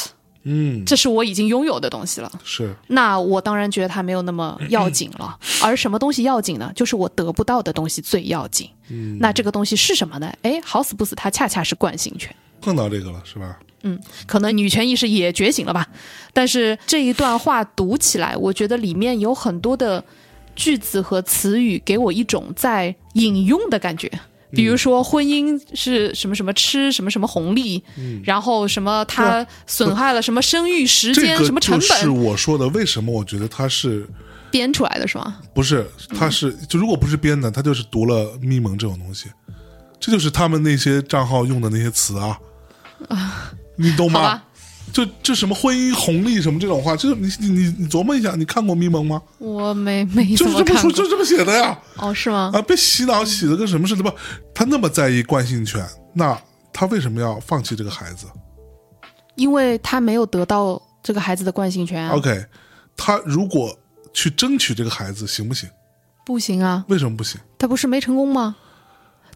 Speaker 2: 嗯，
Speaker 1: 这是我已经拥有的东西了。
Speaker 2: 是
Speaker 1: 那我当然觉得它没有那么要紧了。而什么东西要紧呢？就是我得不到的东西最要紧。那这个东西是什么呢？哎，好死不死，它恰恰是惯性权。
Speaker 2: 碰到这个了，是吧？
Speaker 1: 可能女权意识也觉醒了吧。但是这一段话读起来，我觉得里面有很多的句子和词语给我一种在引用的感觉。
Speaker 2: 嗯
Speaker 1: 比如说，婚姻是什么什么吃什么什么红利，
Speaker 2: 嗯
Speaker 1: 然后什么他损害了什么生育时
Speaker 2: 啊这
Speaker 1: 间、
Speaker 2: 个
Speaker 1: 什么成
Speaker 2: 就是
Speaker 1: 本
Speaker 2: 我说的，为什么我觉得他是
Speaker 1: 编出来的是吗？
Speaker 2: 不是他是就如果不是编的，他就是读了咪蒙这种东西，这就是他们那些账号用的那些词啊，你懂
Speaker 1: 好
Speaker 2: 吗
Speaker 1: 吧？，
Speaker 2: 就就什么婚姻红利什么这种话，就是你你你你琢磨一下，你看过《迷蒙》吗？
Speaker 1: 我没没
Speaker 2: 就
Speaker 1: 怎
Speaker 2: 是
Speaker 1: 么
Speaker 2: 这么
Speaker 1: 看
Speaker 2: 说，
Speaker 1: 过
Speaker 2: 就这么写的呀。
Speaker 1: 哦，是吗？
Speaker 2: 啊，被洗脑洗的跟什么似的不？他那么在意惯性权，那他为什么要放弃这个孩子
Speaker 1: 因为他没有得到这个孩子的惯性权啊，
Speaker 2: ？OK，他如果去争取这个孩子行不行？
Speaker 1: 不行啊，
Speaker 2: 为什么不行？
Speaker 1: 他不是没成功吗？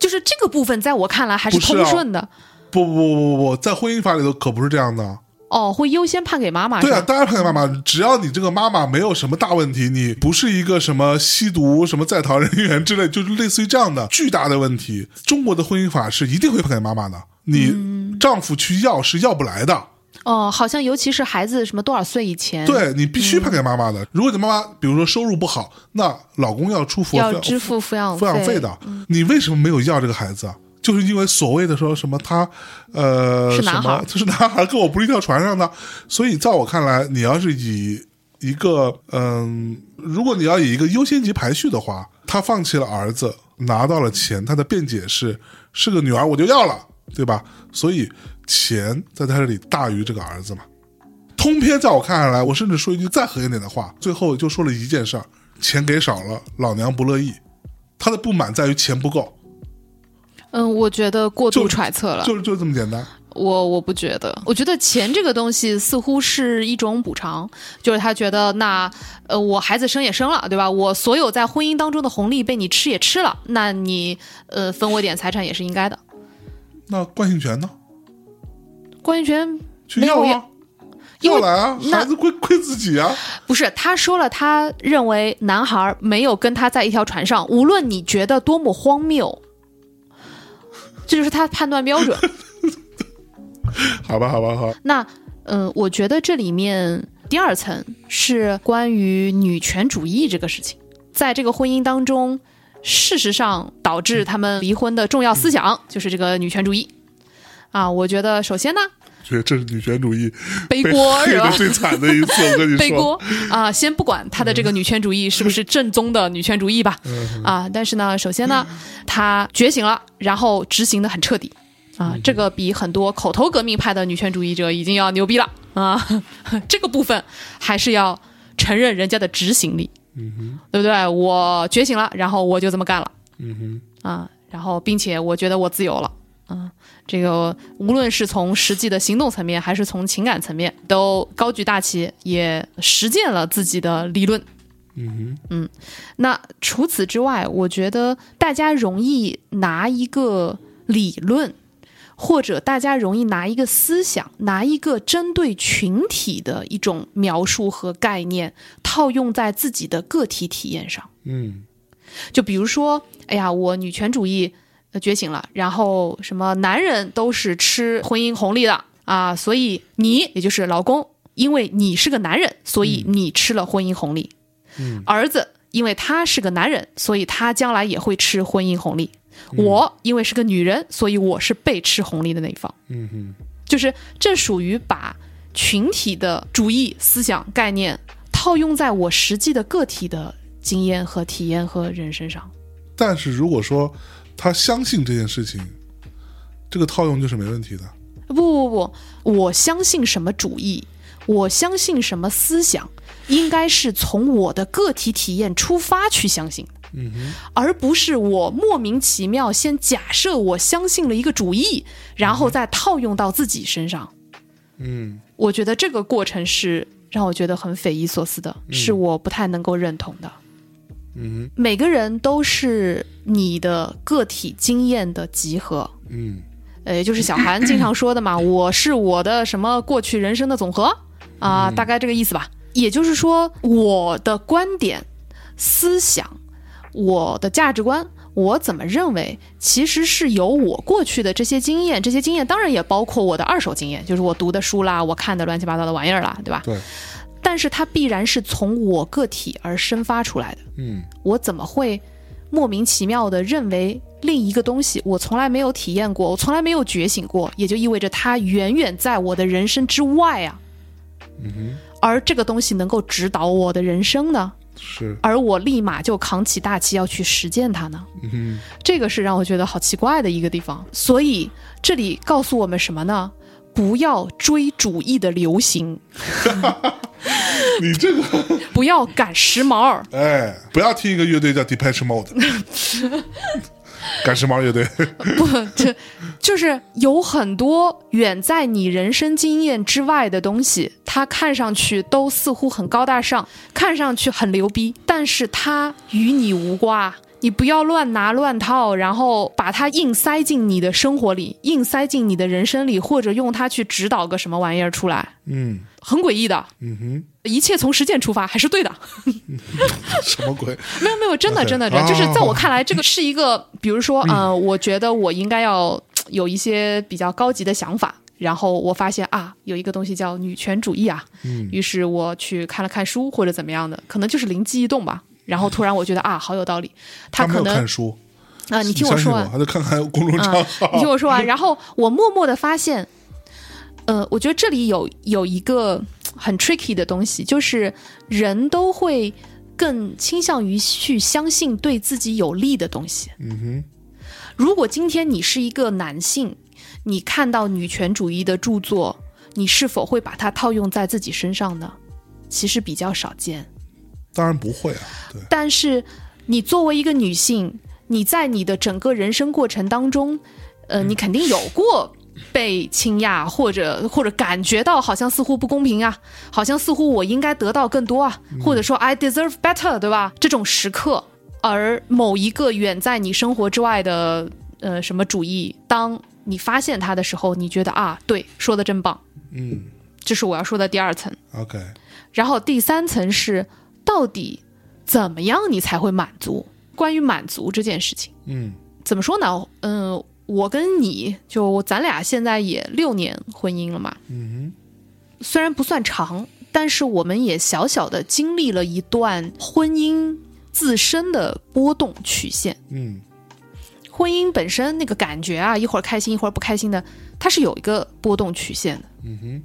Speaker 1: 就是这个部分，在我看来还是
Speaker 2: 不是
Speaker 1: 通
Speaker 2: 啊
Speaker 1: 顺的。
Speaker 2: 不不不不不，在婚姻法里头可不是这样的啊。
Speaker 1: 哦，会优先判给妈妈。
Speaker 2: 对啊，
Speaker 1: 是吧，
Speaker 2: 当然判给妈妈，只要你这个妈妈没有什么大问题，你不是一个什么吸毒、什么在逃人员之类，就是类似于这样的巨大的问题，中国的婚姻法是一定会判给妈妈的。你丈夫去要是要不来的，
Speaker 1: 哦，好像尤其是孩子什么多少岁以前，，
Speaker 2: 对你必须判给妈妈的。如果你妈妈比如说收入不好，那老公要出抚
Speaker 1: 要
Speaker 2: 抚
Speaker 1: 支付抚养
Speaker 2: 抚养
Speaker 1: 费。
Speaker 2: 费
Speaker 1: 嗯
Speaker 2: 的。你为什么没有要这个孩子啊？就是因为所谓的说什么他，呃，
Speaker 1: 是
Speaker 2: 什
Speaker 1: 男孩
Speaker 2: 么
Speaker 1: 儿
Speaker 2: 就是男孩儿跟我不是一条船上的，所以在我看来，你要是以一个嗯、如果你要以一个优先级排序的话，他放弃了儿子，拿到了钱，他的辩解是是个女儿我就要了，对吧？所以钱在他这里大于这个儿子嘛。通篇在我看来，我甚至说一句再狠一点的话，最后就说了一件事儿：钱给少了，老娘不乐意。他的不满在于钱不够，
Speaker 1: 嗯，我觉得过
Speaker 2: 就
Speaker 1: 度揣测了。
Speaker 2: 就是就这么简单。
Speaker 1: 我我不觉得，我觉得钱这个东西似乎是一种补偿，就是他觉得那呃我孩子生也生了，对吧？我所有在婚姻当中的红利被你吃也吃了，那你呃分我点财产也是应该的。
Speaker 2: 那惯性权呢？
Speaker 1: 关于权
Speaker 2: 去要
Speaker 1: 没有
Speaker 2: 啊，
Speaker 1: 因
Speaker 2: 要
Speaker 1: 为
Speaker 2: 来啊，
Speaker 1: 那
Speaker 2: 孩子归归自己啊。
Speaker 1: 不是，他说了，他认为男孩没有跟他在一条船上，无论你觉得多么荒谬， 这就是他判断标 准。
Speaker 2: 好吧，好吧，好吧，
Speaker 1: 那，呃，我觉得这里面第二层是关于女权主义这个事情，在这个婚姻当中，事实上导致他们离婚的重要思
Speaker 2: 嗯
Speaker 1: 想就是这个女权主义。啊，我觉得首 先呢，
Speaker 2: 觉得这是女权主义
Speaker 1: 背
Speaker 2: 被
Speaker 1: 锅
Speaker 2: 黑
Speaker 1: 是
Speaker 2: 的
Speaker 1: 吧？
Speaker 2: 最惨的一次。我 跟你
Speaker 1: 背
Speaker 2: 说，
Speaker 1: 哎
Speaker 2: 嗯
Speaker 1: 锅啊、先不管他的这个女权主义是不是正宗的女权主义吧，啊，但是呢，首先呢，
Speaker 2: 嗯
Speaker 1: 他觉醒了，然后执行的很彻底
Speaker 2: 嗯
Speaker 1: 啊，这个比很多口头革命派的女权主义者已经要牛逼了啊， 这个部分还是要承认人家的执行力，
Speaker 2: 嗯
Speaker 1: 对不对？我觉醒了，然后我就这么干了。
Speaker 2: 哼，嗯哼，
Speaker 1: 啊，然后并且我觉得我自由了。啊，这个无论是从实际的行动层面，还是从情感层面，都高举大旗，也实践了自己的理论。
Speaker 2: 嗯哼，
Speaker 1: 那除此之外，我觉得大家容易拿一个理论，或者大家容易拿一个思想，拿一个针对群体的一种描述和概念，套用在自己的个体体验上。
Speaker 2: 嗯
Speaker 1: 就比如说，哎呀，我女权主义呃觉醒了，然后什么男人都是吃婚姻红利的啊，所以你也就是老公，因为你是个男人，所以你吃了婚姻红利。
Speaker 2: 嗯
Speaker 1: 儿子，因为他是个男人，所以他将来也会吃婚姻红利。我因为是个女人，所以我是被吃红利的那一方。
Speaker 2: 嗯哼，
Speaker 1: 就是这属于把群体的主义思想概念套用在我实际的个体的经验和体验和人身上。
Speaker 2: 但是如果说他相信这件事情，这个套用就是没问题的。
Speaker 1: 不不不，我相信什么主义，我相信什么思想，应该是从我的个体体验出发去相信，
Speaker 2: 嗯哼，
Speaker 1: 而不是我莫名其妙先假设我相信了一个主义，然后再套用到自己身上。
Speaker 2: 嗯
Speaker 1: 我觉得这个过程是让我觉得很匪夷所思的，是我不太能够认同的。
Speaker 2: 嗯
Speaker 1: 每个人都是你的个体经验的集合，
Speaker 2: 哼，嗯
Speaker 1: 呃，也就是小韩经常说的嘛，我是我的什么过去人生的总和啊、大概这个意思吧。也就是说，我的观点、思想、我的价值观，我怎么认为，其实是由我过去的这些经验，这些经验当然也包括我的二手经验，就是我读的书啦，我看的乱七八糟的玩意儿啦，对吧？
Speaker 2: 对，
Speaker 1: 但是它必然是从我个体而生发出来的。
Speaker 2: 嗯
Speaker 1: 我怎么会莫名其妙的认为另一个东西我从来没有体验过，我从来没有觉醒过，也就意味着它远远在我的人生之外啊。
Speaker 2: 嗯哼，
Speaker 1: 而这个东西能够指导我的人生呢，
Speaker 2: 是，
Speaker 1: 而我立马就扛起大旗要去实践它呢，
Speaker 2: 嗯哼，
Speaker 1: 这个是让我觉得好奇怪的一个地方。所以这里告诉我们什么呢？不要追主义的流行，
Speaker 2: 你这个，
Speaker 1: 不要赶时髦儿。
Speaker 2: 哎，不要听一个乐队叫 Depeche Mode，赶时髦乐队，
Speaker 1: 不，这就是有很多远在你人生经验之外的东西，它看上去都似乎很高大上，看上去很牛逼，但是它与你无瓜。你不要乱拿乱套，然后把它硬塞进你的生活里，硬塞进你的人生里，或者用它去指导个什么玩意儿出来，
Speaker 2: 嗯
Speaker 1: 很诡异的。
Speaker 2: 嗯哼，
Speaker 1: 一切从实践出发还是对的。
Speaker 2: 什么鬼？
Speaker 1: 没有没有，真的
Speaker 2: OK，哦
Speaker 1: 真的真的，就是在
Speaker 2: 好好
Speaker 1: 我看来，这个是一个，比如
Speaker 2: 嗯
Speaker 1: 说，呃，我觉得我应该要有一些比较高级的想法，然后我发现啊，有一个东西叫女权主义啊，
Speaker 2: 嗯
Speaker 1: 于是我去看了看书或者怎么样的，可能就是灵机一动吧。然后突然我觉得啊，好有道理。他
Speaker 2: 没
Speaker 1: 可
Speaker 2: 有
Speaker 1: 能
Speaker 2: 看书，
Speaker 1: 啊，你听
Speaker 2: 我
Speaker 1: 我说
Speaker 2: 我
Speaker 1: 完，嗯
Speaker 2: 他就看看公众账号。
Speaker 1: 你听我说完。然后我默默的发现，呃，我觉得这里有有一个很 tricky 的东西，就是人都会更倾向于去相信对自己有利的东西。
Speaker 2: 嗯哼，
Speaker 1: 如果今天你是一个男性，你看到女权主义的著作，你是否会把它套用在自己身上呢？其实比较少见。
Speaker 2: 当然不会啊，对，
Speaker 1: 但是你作为一个女性，你在你的整个人生过程当中，呃，你肯定有过。被倾轧，或者或者感觉到好像似乎不公平啊，好像似乎我应该得到更多啊，或者说 I deserve better，对吧？这种时刻，而某一个远在你生活之外的呃什么主义，当你发现它的时候，你觉得啊，对，说的真棒，
Speaker 2: 嗯
Speaker 1: 这是我要说的第二层。
Speaker 2: ，OK，
Speaker 1: 然后第三层是到底怎么样你才会满足？关于满足这件事情，
Speaker 2: 嗯
Speaker 1: 怎么说呢？嗯、我跟你就咱俩现在也六年婚姻了嘛，
Speaker 2: 嗯
Speaker 1: 虽然不算长，但是我们也小小的经历了一段婚姻自身的波动曲线。
Speaker 2: 哼，嗯
Speaker 1: 婚姻本身那个感觉啊，一会儿开心一会儿不开心的，它是有一个波动曲线的。
Speaker 2: 嗯哼，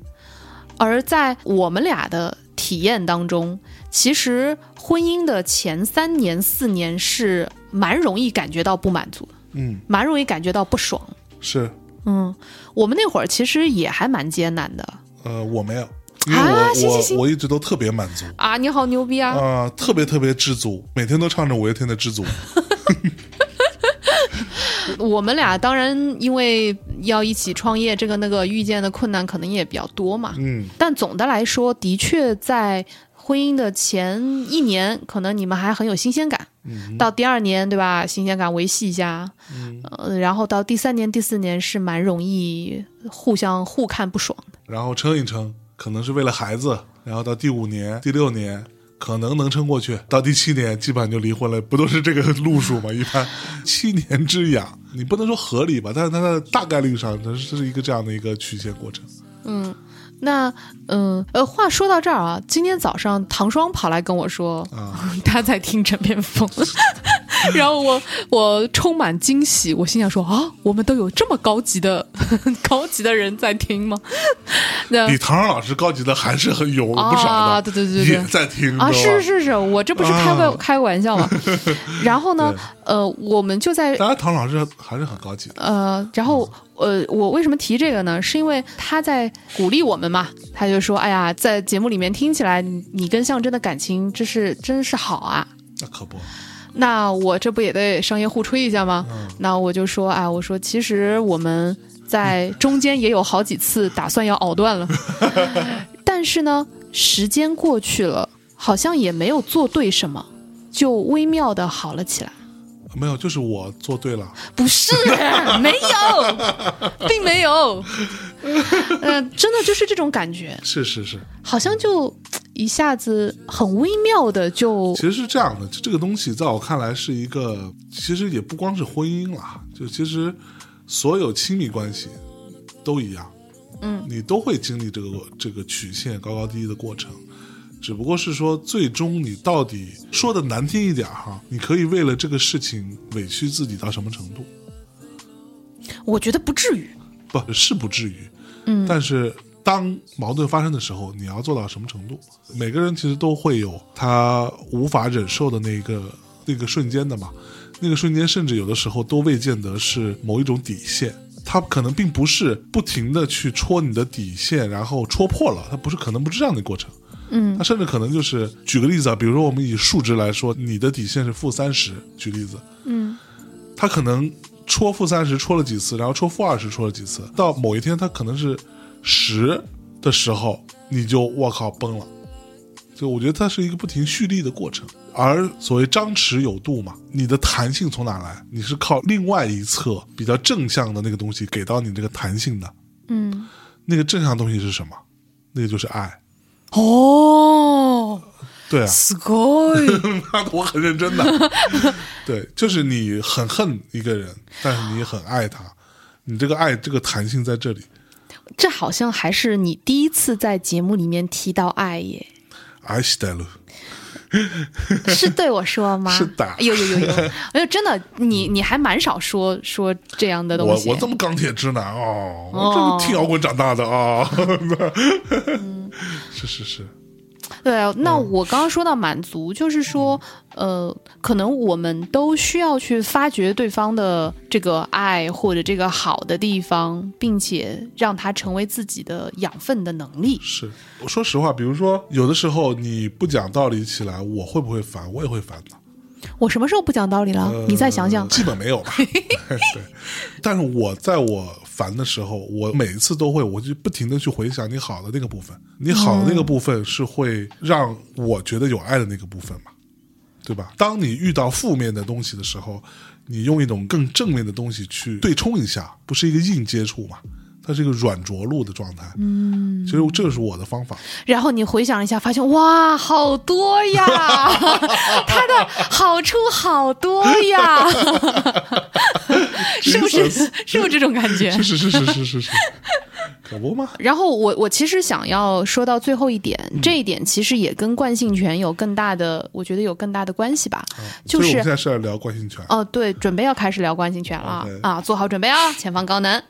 Speaker 1: 而在我们俩的体验当中，其实婚姻的前三年、四年是蛮容易感觉到不满足的，
Speaker 2: 嗯
Speaker 1: 蛮容易感觉到不爽。
Speaker 2: 是，
Speaker 1: 嗯，我们那会儿其实也还蛮艰难的
Speaker 2: 呃，我没有，因为
Speaker 1: 啊
Speaker 2: 我、
Speaker 1: 行行行
Speaker 2: 我我一直都特别满足。
Speaker 1: 啊！你好牛逼啊！
Speaker 2: 啊、特别特别知足，每天都唱着五月天的《知足》。
Speaker 1: 我们俩当然因为要一起创业，这个那个遇见的困难可能也比较多嘛。
Speaker 2: 嗯
Speaker 1: 但总的来说，的确在婚姻的前一年，可能你们还很有新鲜感，
Speaker 2: 嗯
Speaker 1: 到第二年，对吧？新鲜感维系一下，
Speaker 2: 嗯，
Speaker 1: 呃，然后到第三年、第四年是蛮容易互相互看不爽的。
Speaker 2: 然后撑一撑，可能是为了孩子，然后到第五年、第六年。可能能撑过去，到第七年基本上就离婚了，不都是这个路数吗？一般七年之痒，你不能说合理吧，但是它的大概率上，它是这是一个这样的一个曲线过程。
Speaker 1: 嗯，那嗯呃，话说到这儿啊，今天早上唐双跑来跟我说，
Speaker 2: 啊
Speaker 1: 他在听《枕边风》， 然后我我充满惊喜，我心想说啊，我们都有这么高级的 高级的人在听吗？那
Speaker 2: 比唐老师高级的还是很有不少的，
Speaker 1: 啊对对对对
Speaker 2: 也在听
Speaker 1: 啊，
Speaker 2: 知道
Speaker 1: 是
Speaker 2: 吧
Speaker 1: 是是，我这不是开
Speaker 2: 啊
Speaker 1: 玩开玩笑嘛。然后呢，呃，我们就在
Speaker 2: 当然唐老师还是很高级的。
Speaker 1: 呃，然后呃，我为什么提这个呢？是因为他在鼓励我们嘛，他就说：“哎呀，在节目里面听起来，你你跟象征的感情真是真是好啊。
Speaker 2: 那可不，”
Speaker 1: 那我这不也得商业互吹一下吗？
Speaker 2: 嗯
Speaker 1: 那我就说：“哎，我说其实我们在中间也有好几次打算要藕断了，但是呢，时间过去了，好像也没有做对什么，就微妙的好了起来。”
Speaker 2: 没有，就是我做对了，
Speaker 1: 不 是，没有，并没有。 呃，真的就是这种感觉，
Speaker 2: 是是是。
Speaker 1: 好像就一下子很微妙的就
Speaker 2: 其实是这样的，这这个东西在我看来是一个，其实也不光是婚姻啦，就其实所有亲密关系都一样，
Speaker 1: 嗯，
Speaker 2: 你都会经历这个这个曲线高高低低的过程，只不过是说最终你到底说的难听一点儿哈，你可以为了这个事情委屈自己到什么程度？
Speaker 1: 我觉得不至于。
Speaker 2: 不是不至于，
Speaker 1: 嗯
Speaker 2: 但是当矛盾发生的时候，你要做到什么程度？每个人其实都会有他无法忍受的那个那个瞬间的嘛，那个瞬间甚至有的时候都未见得是某一种底线，他可能并不是不停的去戳你的底线，然后戳破了，他不是可能不是这样的过程。
Speaker 1: 嗯
Speaker 2: 他甚至可能就是举个例子啊，比如说我们以数值来说，你的底线是负三十，举例子，
Speaker 1: 嗯
Speaker 2: 他可能戳负三十戳了几次，然后戳负二十戳了几次，到某一天他可能是十的时候，你就我靠崩了。就我觉得它是一个不停蓄力的过程，而所谓张弛有度嘛，你的弹性从哪来？你是靠另外一侧比较正向的那个东西给到你这个弹性的，
Speaker 1: 嗯，
Speaker 2: 那个正向东西是什么？那个就是爱。
Speaker 1: 哦，
Speaker 2: 对啊，
Speaker 1: すごい。
Speaker 2: 妈的，我很认 真的。对，就是你很恨一个人，但是你也很爱他，你这个爱这个弹性在这里。
Speaker 1: 这好像还是你第一次在节目里面提到爱 耶，
Speaker 2: 爱してる，
Speaker 1: 是对我说吗？
Speaker 2: 是的
Speaker 1: 有有有有，哎呦，真的，你你还蛮少说说这样的东
Speaker 2: 我
Speaker 1: 西。
Speaker 2: 我这么钢铁直男哦，我
Speaker 1: 哦嗯
Speaker 2: 这是听摇滚长大的啊、哦， 是是是，
Speaker 1: 对啊，那我刚刚说到满足，就是说，呃，可能我们都需要去发掘对方的这个爱或者这个好的地方，并且让它成为自己的养分的能力。
Speaker 2: 是，我说实话，比如说有的时候你不讲道理起来，我会不会烦？我也会烦的。
Speaker 1: 我什么时候不讲道理了？
Speaker 2: 呃
Speaker 1: 啊你再想 想。
Speaker 2: 基本 没有吧。对，但是我在我烦的时候，我每一次都会，我就不停的去回想你好的那个部分，你好的那
Speaker 1: 哦
Speaker 2: 个部分是会让我觉得有爱的那个部分嘛，对吧？当你遇到负面的东西的时候，你用一种更正面的东西去对冲一下，不是一个硬接触嘛。它是一个软着陆的状态，嗯，其实这是我的方法，
Speaker 1: 然后你回想一下，发现哇，好多呀， 它的好处好多呀， 是不是？是不是这种感觉？
Speaker 2: 是是是是是是是，可不吗？
Speaker 1: 然后我我其实想要说到最后一点，
Speaker 2: 嗯
Speaker 1: 这一点其实也跟惯性权有更大的，我觉得有更大的关系吧。就
Speaker 2: 所以我
Speaker 1: 是
Speaker 2: 们现在是要聊惯性权，
Speaker 1: 哦，对，准备要开始聊惯性权了
Speaker 2: OK
Speaker 1: 啊，做好准备啊，前方高能。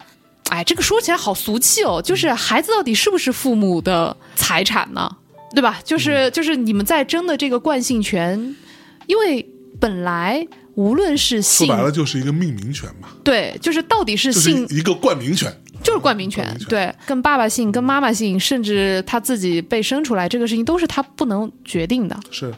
Speaker 1: 哎，这个说起来好俗气哦，
Speaker 2: 嗯
Speaker 1: 就是孩子到底是不是父母的财产呢？对吧？
Speaker 2: 嗯
Speaker 1: 就是就是你们在争的这个惯性权，因为本来无论是性，
Speaker 2: 说白了就是一个命名权嘛，
Speaker 1: 对，就是到底是
Speaker 2: 就是
Speaker 1: 性
Speaker 2: 一个冠名权，
Speaker 1: 就是冠名权，
Speaker 2: 冠名权
Speaker 1: 对，跟爸爸姓、跟妈妈姓，甚至他自己被生出来这个事情，都是他不能决定的。
Speaker 2: 是，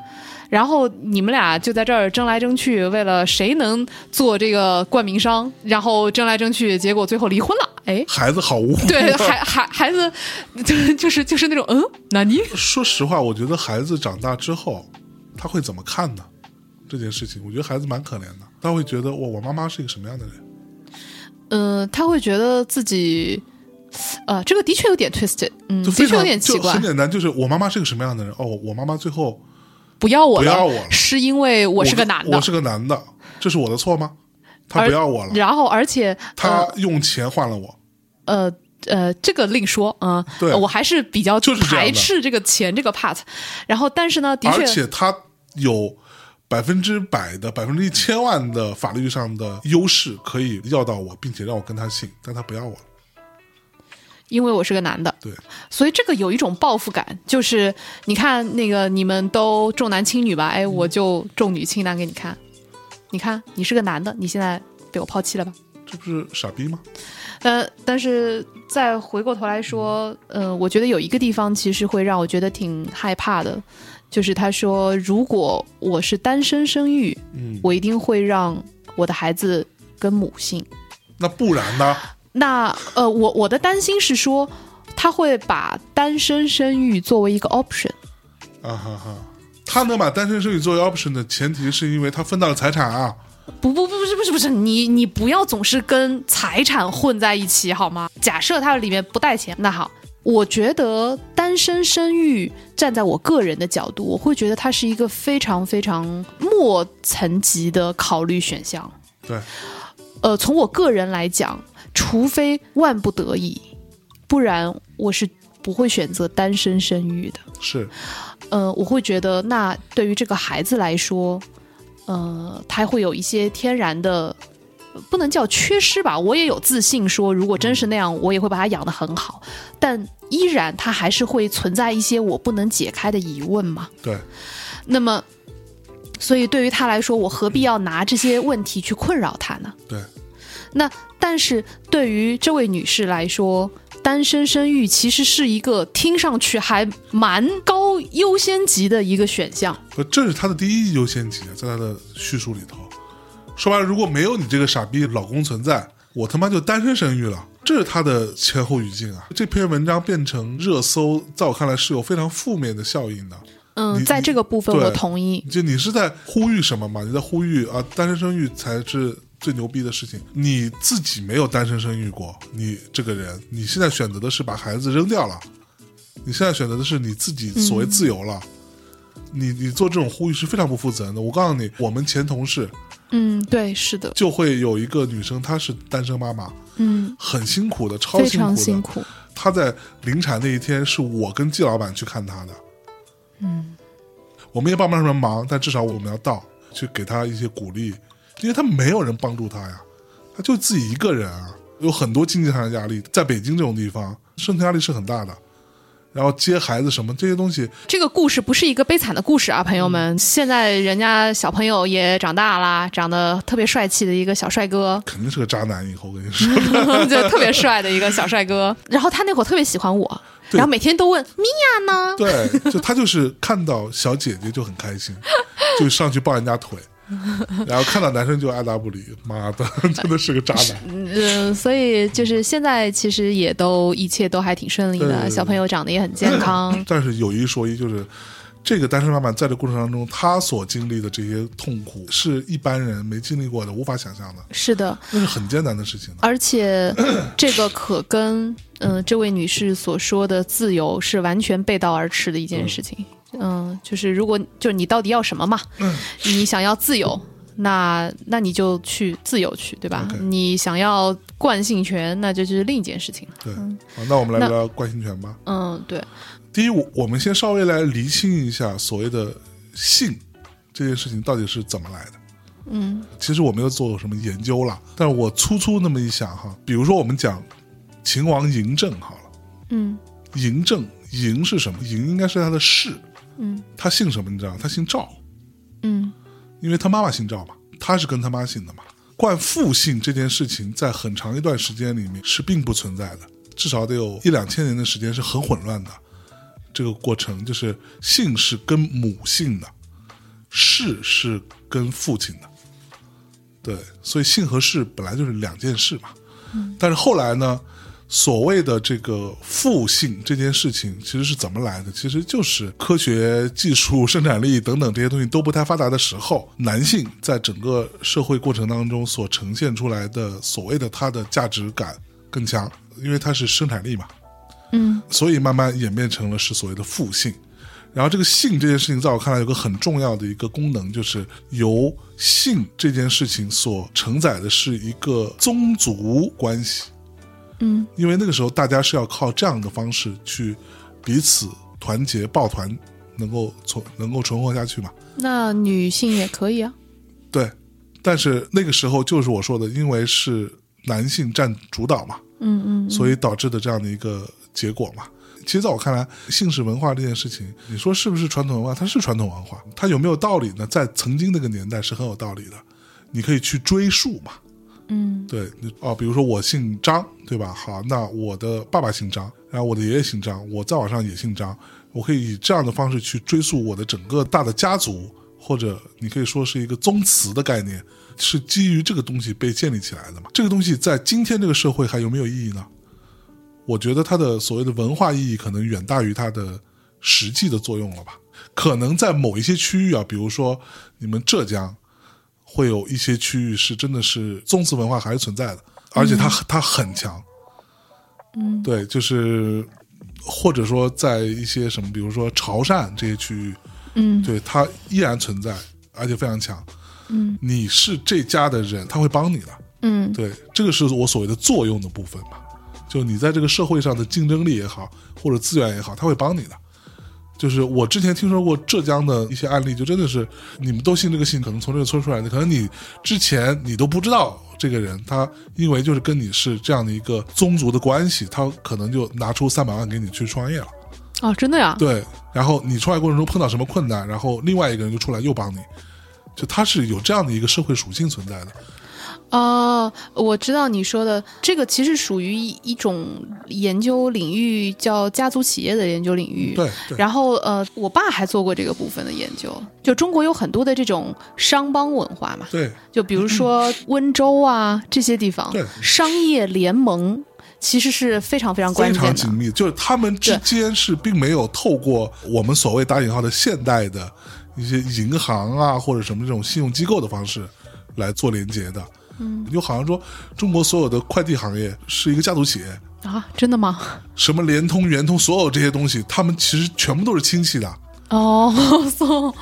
Speaker 1: 然后你们俩就在这儿争来争去，为了谁能做这个冠名商，然后争来争去，结果最后离婚了。哎
Speaker 2: 孩子好无辜。
Speaker 1: 对，孩孩孩子，就是就是就是那种嗯，纳尼？
Speaker 2: 说实话，我觉得孩子长大之后，他会怎么看呢？这件事情，我觉得孩子蛮可怜的，他会觉得我我妈妈是一个什么样的人？
Speaker 1: 嗯、他会觉得自己，呃，这个的确有点 twisted，嗯，
Speaker 2: 就
Speaker 1: 的
Speaker 2: 非
Speaker 1: 确
Speaker 2: 常
Speaker 1: 有点奇
Speaker 2: 就
Speaker 1: 怪
Speaker 2: 很。简单，就是我妈妈是个什么样的人？哦，我妈妈最后
Speaker 1: 不要我
Speaker 2: 不
Speaker 1: 了，
Speaker 2: 要我了
Speaker 1: 是因为我是个男
Speaker 2: 我
Speaker 1: 的，
Speaker 2: 是个男的，这是我的错吗？他
Speaker 1: 而
Speaker 2: 不要我了，
Speaker 1: 然后而且
Speaker 2: 他用钱换了我，
Speaker 1: 呃呃，这个另说啊、
Speaker 2: 对
Speaker 1: 我还是比较
Speaker 2: 就是这样
Speaker 1: 排
Speaker 2: 的
Speaker 1: 斥这个钱这个 part。然后，但是呢，的
Speaker 2: 而
Speaker 1: 确，
Speaker 2: 且他有百分之百的、百分之一千万的法律上的优势可以要到我，并且让我跟他姓，但他不要我了。
Speaker 1: 因为我是个男的，
Speaker 2: 对，
Speaker 1: 所以这个有一种报复感，就是你看那个你们都重男轻女吧，哎，我就重女轻男给你看，你看你是个男的，你现在被我抛弃了吧？
Speaker 2: 这不是傻逼吗？
Speaker 1: 呃，但是再回过头来说，呃，我觉得有一个地方其实会让我觉得挺害怕的，就是他说，如果我是单身生育，
Speaker 2: 嗯，
Speaker 1: 我一定会让我的孩子跟母姓。
Speaker 2: 那不然呢？
Speaker 1: 那呃，我我的担心是说，他会把单身生育作为一个 option。
Speaker 2: 啊哈哈，他能把单身生育作为 option 的前提，是因为他分到了财产啊。
Speaker 1: 不不不不是不是不是，你你不要总是跟财产混在一起好吗？假设它里面不带钱，那好。我觉得单身生育，站在我个人的角度，我会觉得它是一个非常非常末层级的考虑选项。
Speaker 2: 对，
Speaker 1: 呃，从我个人来讲，除非万不得已，不然我是不会选择单身生育的。
Speaker 2: 是
Speaker 1: 呃，我会觉得，那对于这个孩子来说，呃，他会有一些天然的，呃不能叫缺失吧。我也有自信说，如果真是那样，我也会把他养得很好。但依然，他还是会存在一些我不能解开的疑问嘛。
Speaker 2: 对，
Speaker 1: 那么，所以对于他来说，我何必要拿这些问题去困扰他呢？
Speaker 2: 对，
Speaker 1: 那但是对于这位女士来说，单身生育其实是一个听上去还蛮高优先级的一个选项。
Speaker 2: 不，这是他的第一优先级，在他的叙述里头，说白了，如果没有你这个傻逼老公存在，我他妈就单身生育了。这是他的前后语境啊！这篇文章变成热搜，在我看来是有非常负面的效应的。
Speaker 1: 嗯，
Speaker 2: 你
Speaker 1: 在这个部分
Speaker 2: 对
Speaker 1: 我同意。
Speaker 2: 就你是在呼吁什么嘛？你在呼吁啊，单身生育才是最牛逼的事情。你自己没有单身生育过，你这个人，你现在选择的是把孩子扔掉了，你现在选择的是你自己所谓自由了。你你做这种呼吁是非常不负责任的。我告诉你，我们前同事
Speaker 1: 嗯，对，是的，
Speaker 2: 就会有一个女生，她是单身妈妈，
Speaker 1: 嗯，
Speaker 2: 很辛苦的，超
Speaker 1: 非
Speaker 2: 辛苦
Speaker 1: 常
Speaker 2: 的。
Speaker 1: 辛苦。
Speaker 2: 她在临产那一天，是我跟季老板去看她的。
Speaker 1: 嗯，
Speaker 2: 我们也帮不上什么忙，但至少我们要到去给他一些鼓励，因为他没有人帮助他呀，他就自己一个人啊，有很多经济上的压力，在北京这种地方，生存压力是很大的。然后接孩子什么这些东西，，
Speaker 1: 这个故事不是一个悲惨的故事啊，朋友们。现在人家小朋友也长大啦，长得特别帅气的一个小帅哥
Speaker 2: 肯定是个渣男。以后我跟你说，
Speaker 1: 就特别帅的一个小帅哥。然后他那会儿特别喜欢我，
Speaker 2: 对
Speaker 1: 然后每天都问米娅呢。
Speaker 2: 对，就他就是看到小姐姐就很开心，就上去抱人家腿，然后看到男生就爱答不理。妈的， 真的是个渣男。
Speaker 1: 嗯，所以就是现在其实也都一切都还挺顺利
Speaker 2: 对对
Speaker 1: 的，
Speaker 2: 对。
Speaker 1: 小朋友长得也很健康
Speaker 2: 但是有一说一，就是这个单身妈妈在这过程当中，她所经历的这些痛苦，是一般人没经历过的，无法想象的，
Speaker 1: 是的，
Speaker 2: 那是很艰难的事情的。
Speaker 1: 而 且这个可跟嗯、呃这位女士所说的自由是完全背道而驰的一件事情。嗯，就是如果就是你到底要什么嘛？你想要自由，那那你就去自由去，对吧
Speaker 2: OK
Speaker 1: 你想要惯性权，那这就是另一件事情了。
Speaker 2: 对，好，那我们来
Speaker 1: 那
Speaker 2: 聊聊关心权吧。
Speaker 1: 嗯，对，
Speaker 2: 第一，我我们先稍微来厘清一下所谓的性这件事情到底是怎么来的。
Speaker 1: 嗯
Speaker 2: 其实我没有做什么研究啦，但是我粗粗那么一想哈，比如说我们讲秦王嬴政好了，
Speaker 1: 嗯
Speaker 2: 嬴政嬴是什么？嬴应该是他的氏，
Speaker 1: 嗯
Speaker 2: 他姓什么？你知道吗？他姓赵。
Speaker 1: 嗯
Speaker 2: 因为他妈妈姓赵嘛，他是跟他妈姓的嘛。冠父姓这件事情，在很长一段时间里面是并不存在的，至少得有一两千年的时间是很混乱的。这个过程就是姓是跟母姓的，氏是跟父亲的，对，所以姓和氏本来就是两件事嘛。但是后来呢，所谓的这个复姓这件事情，其实是怎么来的？其实就是科学技术、生产力等等这些东西都不太发达的时候，男性在整个社会过程当中所呈现出来的所谓的他的价值感更强，因为他是生产力嘛，
Speaker 1: 嗯
Speaker 2: 所以慢慢演变成了是所谓的复姓。然后这个姓这件事情，在我看来有个很重要的一个功能，就是由姓这件事情所承载的是一个宗族关系。
Speaker 1: 嗯
Speaker 2: 因为那个时候大家是要靠这样的方式去彼此团结抱团，能够存能够存活下去嘛。
Speaker 1: 那女性也可以啊。
Speaker 2: 对，但是那个时候就是我说的，因为是男性占主导嘛，
Speaker 1: 嗯嗯，
Speaker 2: 所以导致的这样的一个结果嘛。其实在我看来，姓氏文化这件事情，你说是不是传统文化？它是传统文化，它有没有道理呢？在曾经那个年代是很有道理的，你可以去追溯嘛。
Speaker 1: 嗯
Speaker 2: 对，你哦，比如说我姓张，对吧？好，那我的爸爸姓张，然后我的爷爷姓张，我再往上也姓张，我可以以这样的方式去追溯我的整个大的家族，或者你可以说是一个宗祠的概念，是基于这个东西被建立起来的嘛？这个东西在今天这个社会还有没有意义呢？我觉得它的所谓的文化意义可能远大于它的实际的作用了吧？可能在某一些区域啊，比如说你们浙江，会有一些区域是真的是宗祠文化还是存在的，而且它、它很强。
Speaker 1: 嗯，
Speaker 2: 对，就是或者说在一些什么，比如说潮汕这些区域，
Speaker 1: 嗯
Speaker 2: 对它依然存在，而且非常强。
Speaker 1: 嗯，
Speaker 2: 你是这家的人，他会帮你的。
Speaker 1: 嗯
Speaker 2: 对，这个是我所谓的作用的部分嘛，就你在这个社会上的竞争力也好，或者资源也好，他会帮你的。就是我之前听说过浙江的一些案例，就真的是你们都信这个信，可能从这个村出来的，可能你之前你都不知道这个人，他因为就是跟你是这样的一个宗族的关系，他可能就拿出三百万给你去创业了。
Speaker 1: 哦，真的呀。
Speaker 2: 对，然后你创业过程中碰到什么困难，然后另外一个人就出来又帮你，就他是有这样的一个社会属性存在的。
Speaker 1: 哦，我知道你说的这个其实属于一一种研究领域，叫家族企业的研究领域。
Speaker 2: 对对
Speaker 1: 然后呃，我爸还做过这个部分的研究。就中国有很多的这种商帮文化嘛，
Speaker 2: 对
Speaker 1: 就比如说温州啊这些地方
Speaker 2: 对，
Speaker 1: 商业联盟其实是非常非常关
Speaker 2: 非
Speaker 1: 键
Speaker 2: 常
Speaker 1: 的
Speaker 2: 紧。密，就是他们之间是并没有透过我们所谓打引号的现代的一些银行啊或者什么这种信用机构的方式来做连接的。嗯，就好像说中国所有的快递行业是一个家族企业，
Speaker 1: 啊，真的吗？
Speaker 2: 什么联通、圆通，所有这些东西，他们其实全部都是亲戚的。
Speaker 1: 哦，so-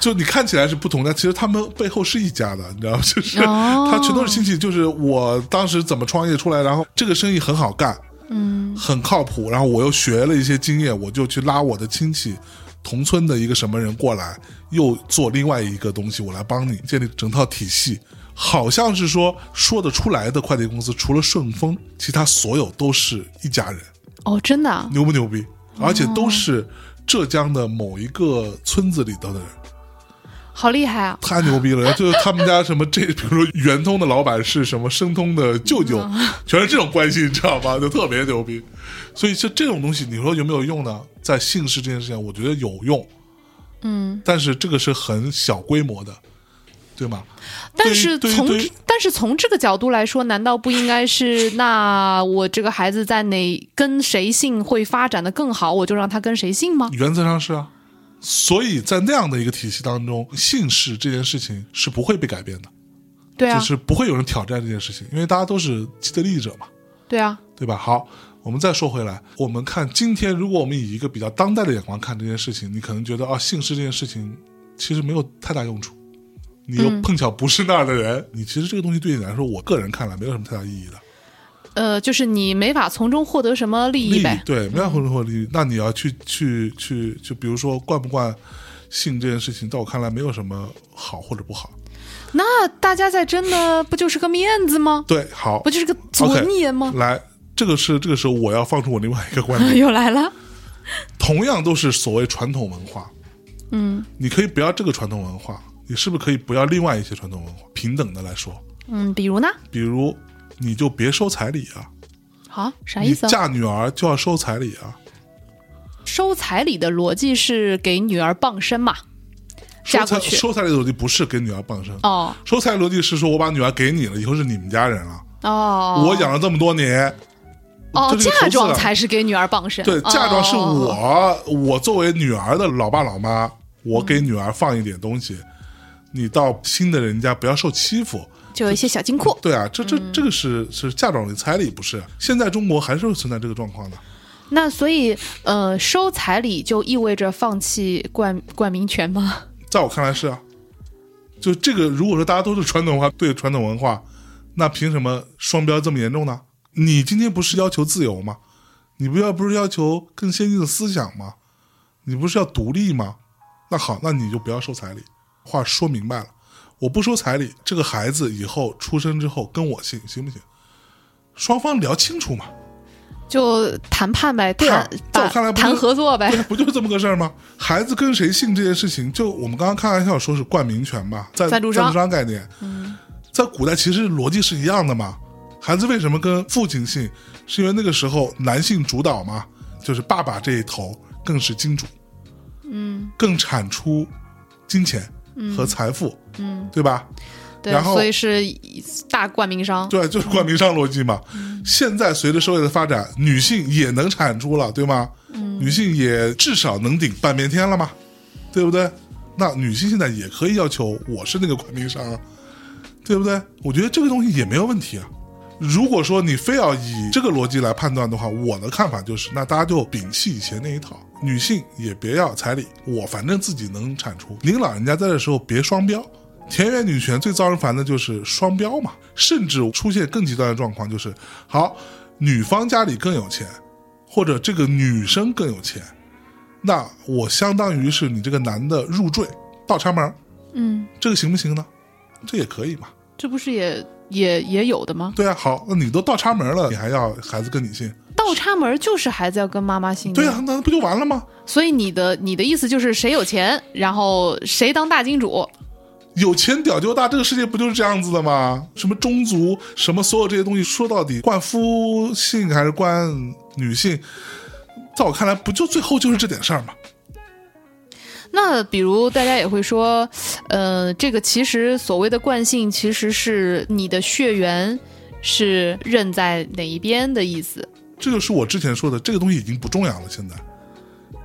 Speaker 2: 就你看起来是不同的，其实他们背后是一家的，你知道吗？ 就是、
Speaker 1: 哦
Speaker 2: 他全都是亲戚。就是我当时怎么创业出来，然后这个生意很好干，嗯，很靠谱。然后我又学了一些经验，我就去拉我的亲戚，同村的一个什么人过来，又做另外一个东西，我来帮你建立整套体系。好像是说说得出来的快递公司，除了顺丰，其他所有都是一家人。
Speaker 1: 哦，真的啊
Speaker 2: 牛不牛逼？而且都是浙江的某一个村子里头的人，
Speaker 1: 好厉害啊！
Speaker 2: 太牛逼了！然后就是他们家什么这，比如说圆通的老板是什么申通的 舅舅，
Speaker 1: 嗯
Speaker 2: 全是这种关系，你知道吧？就特别牛逼。所以就这种东西，你说有没有用呢？在姓氏这件事情，我觉得有用，
Speaker 1: 嗯，
Speaker 2: 但是这个是很小规模的，对吗？
Speaker 1: 但是
Speaker 2: 对于
Speaker 1: 从
Speaker 2: 对于
Speaker 1: 但是从这个角度来说，难道不应该是那我这个孩子在哪跟谁姓会发展的更好，我就让他跟谁姓吗？
Speaker 2: 原则上是啊。所以在那样的一个体系当中，姓氏这件事情是不会被改变的，
Speaker 1: 对啊，
Speaker 2: 就是不会有人挑战这件事情，因为大家都是既得利益者嘛。
Speaker 1: 对啊，
Speaker 2: 对吧？好，我们再说回来，我们看今天，如果我们以一个比较当代的眼光看这件事情，你可能觉得啊，姓氏这件事情其实没有太大用处。你又碰巧不是那儿的人，你其实这个东西对你来说，我个人看来没有什么太大意义的
Speaker 1: 呃，就是你没法从中获得什么利益呗。嗯
Speaker 2: 对，没有或者或利益。那你要去去去，就比如说冠不冠姓这件事情，在我看来没有什么好或者不好。
Speaker 1: 那大家在争的不就是个面子吗？
Speaker 2: 对，好
Speaker 1: 不，就是个尊严吗？
Speaker 2: 来，这个是这个时候我要放出我另外一个观点，
Speaker 1: 又来了，
Speaker 2: 同样都是所谓传统文化，
Speaker 1: 嗯
Speaker 2: 你可以不要这个传统文化，你是不是可以不要另外一些传统文化？平等的来说，
Speaker 1: 嗯，比如呢？
Speaker 2: 比如你就别收彩礼啊，
Speaker 1: 好，啥意
Speaker 2: 你
Speaker 1: 思啊？
Speaker 2: 嫁女儿就要收彩礼啊，
Speaker 1: 收彩礼的逻辑是给女儿傍身嘛？
Speaker 2: 收
Speaker 1: 嫁
Speaker 2: 彩
Speaker 1: 过去
Speaker 2: 收彩礼的逻辑不是给女儿傍身，
Speaker 1: 哦
Speaker 2: 收彩礼逻辑是说我把女儿给你了，以后是你们家人了，
Speaker 1: 哦，
Speaker 2: 我养了这么多年，
Speaker 1: 哦，
Speaker 2: 这是个
Speaker 1: 嫁
Speaker 2: 投资
Speaker 1: 妆
Speaker 2: 啊
Speaker 1: 才是给女儿傍身，
Speaker 2: 对，嫁妆是
Speaker 1: 哦
Speaker 2: 我、我作为女儿的老爸老妈，我给女儿放一点东西，你到新的人家不要受欺负。
Speaker 1: 就有一些小金库。
Speaker 2: 对啊，这这这个是是嫁妆里彩礼不是？啊现在中国还是会存在这个状况的。
Speaker 1: 那所以，呃，收彩礼就意味着放弃冠冠名权吗？
Speaker 2: 在我看来是啊，就这个，如果说大家都是传统文化，对传统文化，那凭什么双标这么严重呢？你今天不是要求自由吗？你不要不是要求更先进的思想吗？你不是要独立吗？那好，那你就不要收彩礼。话说明白了，我不收彩礼，这个孩子以后出生之后跟我姓，行不行？双方聊清楚嘛，
Speaker 1: 就谈判呗，
Speaker 2: 对啊
Speaker 1: 谈
Speaker 2: 在我
Speaker 1: 把
Speaker 2: 看来不是
Speaker 1: 谈合作呗。
Speaker 2: 不就是这么个事儿吗？孩子跟谁姓这件事情，就我们刚刚开玩笑说是冠名权吧，在
Speaker 1: 赞助商嗯
Speaker 2: 概念，在古代其实逻辑是一样的嘛。孩子为什么跟父亲姓，是因为那个时候男性主导嘛，就是爸爸这一头更是金主，嗯，更产出金钱和财富，嗯，对吧？
Speaker 1: 对，
Speaker 2: 然后
Speaker 1: 所以是大冠名商。
Speaker 2: 对，就是冠名商逻辑嘛。现在随着社会的发展，女性也能产出了，对吗？女性也至少能顶半边天了嘛，对不对？那女性现在也可以要求我是那个冠名商啊，对不对？我觉得这个东西也没有问题啊。如果说你非要以这个逻辑来判断的话，我的看法就是，那大家就摒弃以前那一套，女性也别要彩礼，我反正自己能产出。您老人家在的时候别双标。田园女权最遭人烦的就是双标嘛，甚至出现更极端的状况，就是好，女方家里更有钱，或者这个女生更有钱，那我相当于是你这个男的入赘倒插门儿，
Speaker 1: 嗯，
Speaker 2: 这个行不行呢？这也可以嘛。
Speaker 1: 这不是也也也有的吗？
Speaker 2: 对啊，好，那你都倒插门了，你还要孩子跟你姓？
Speaker 1: 倒插门就是孩子要跟妈妈姓的。
Speaker 2: 对啊，那不就完了吗？
Speaker 1: 所以你的你的意思就是谁有钱，然后谁当大金主。
Speaker 2: 有钱屌就大，这个世界不就是这样子的吗？什么宗族，什么所有这些东西，说到底，冠夫姓还是冠女性，在我看来，不就最后就是这点事儿吗？
Speaker 1: 那比如大家也会说，呃，这个其实所谓的惯性，其实是你的血缘是认在哪一边的意思。
Speaker 2: 这就是我之前说的，这个东西已经不重要了。现在，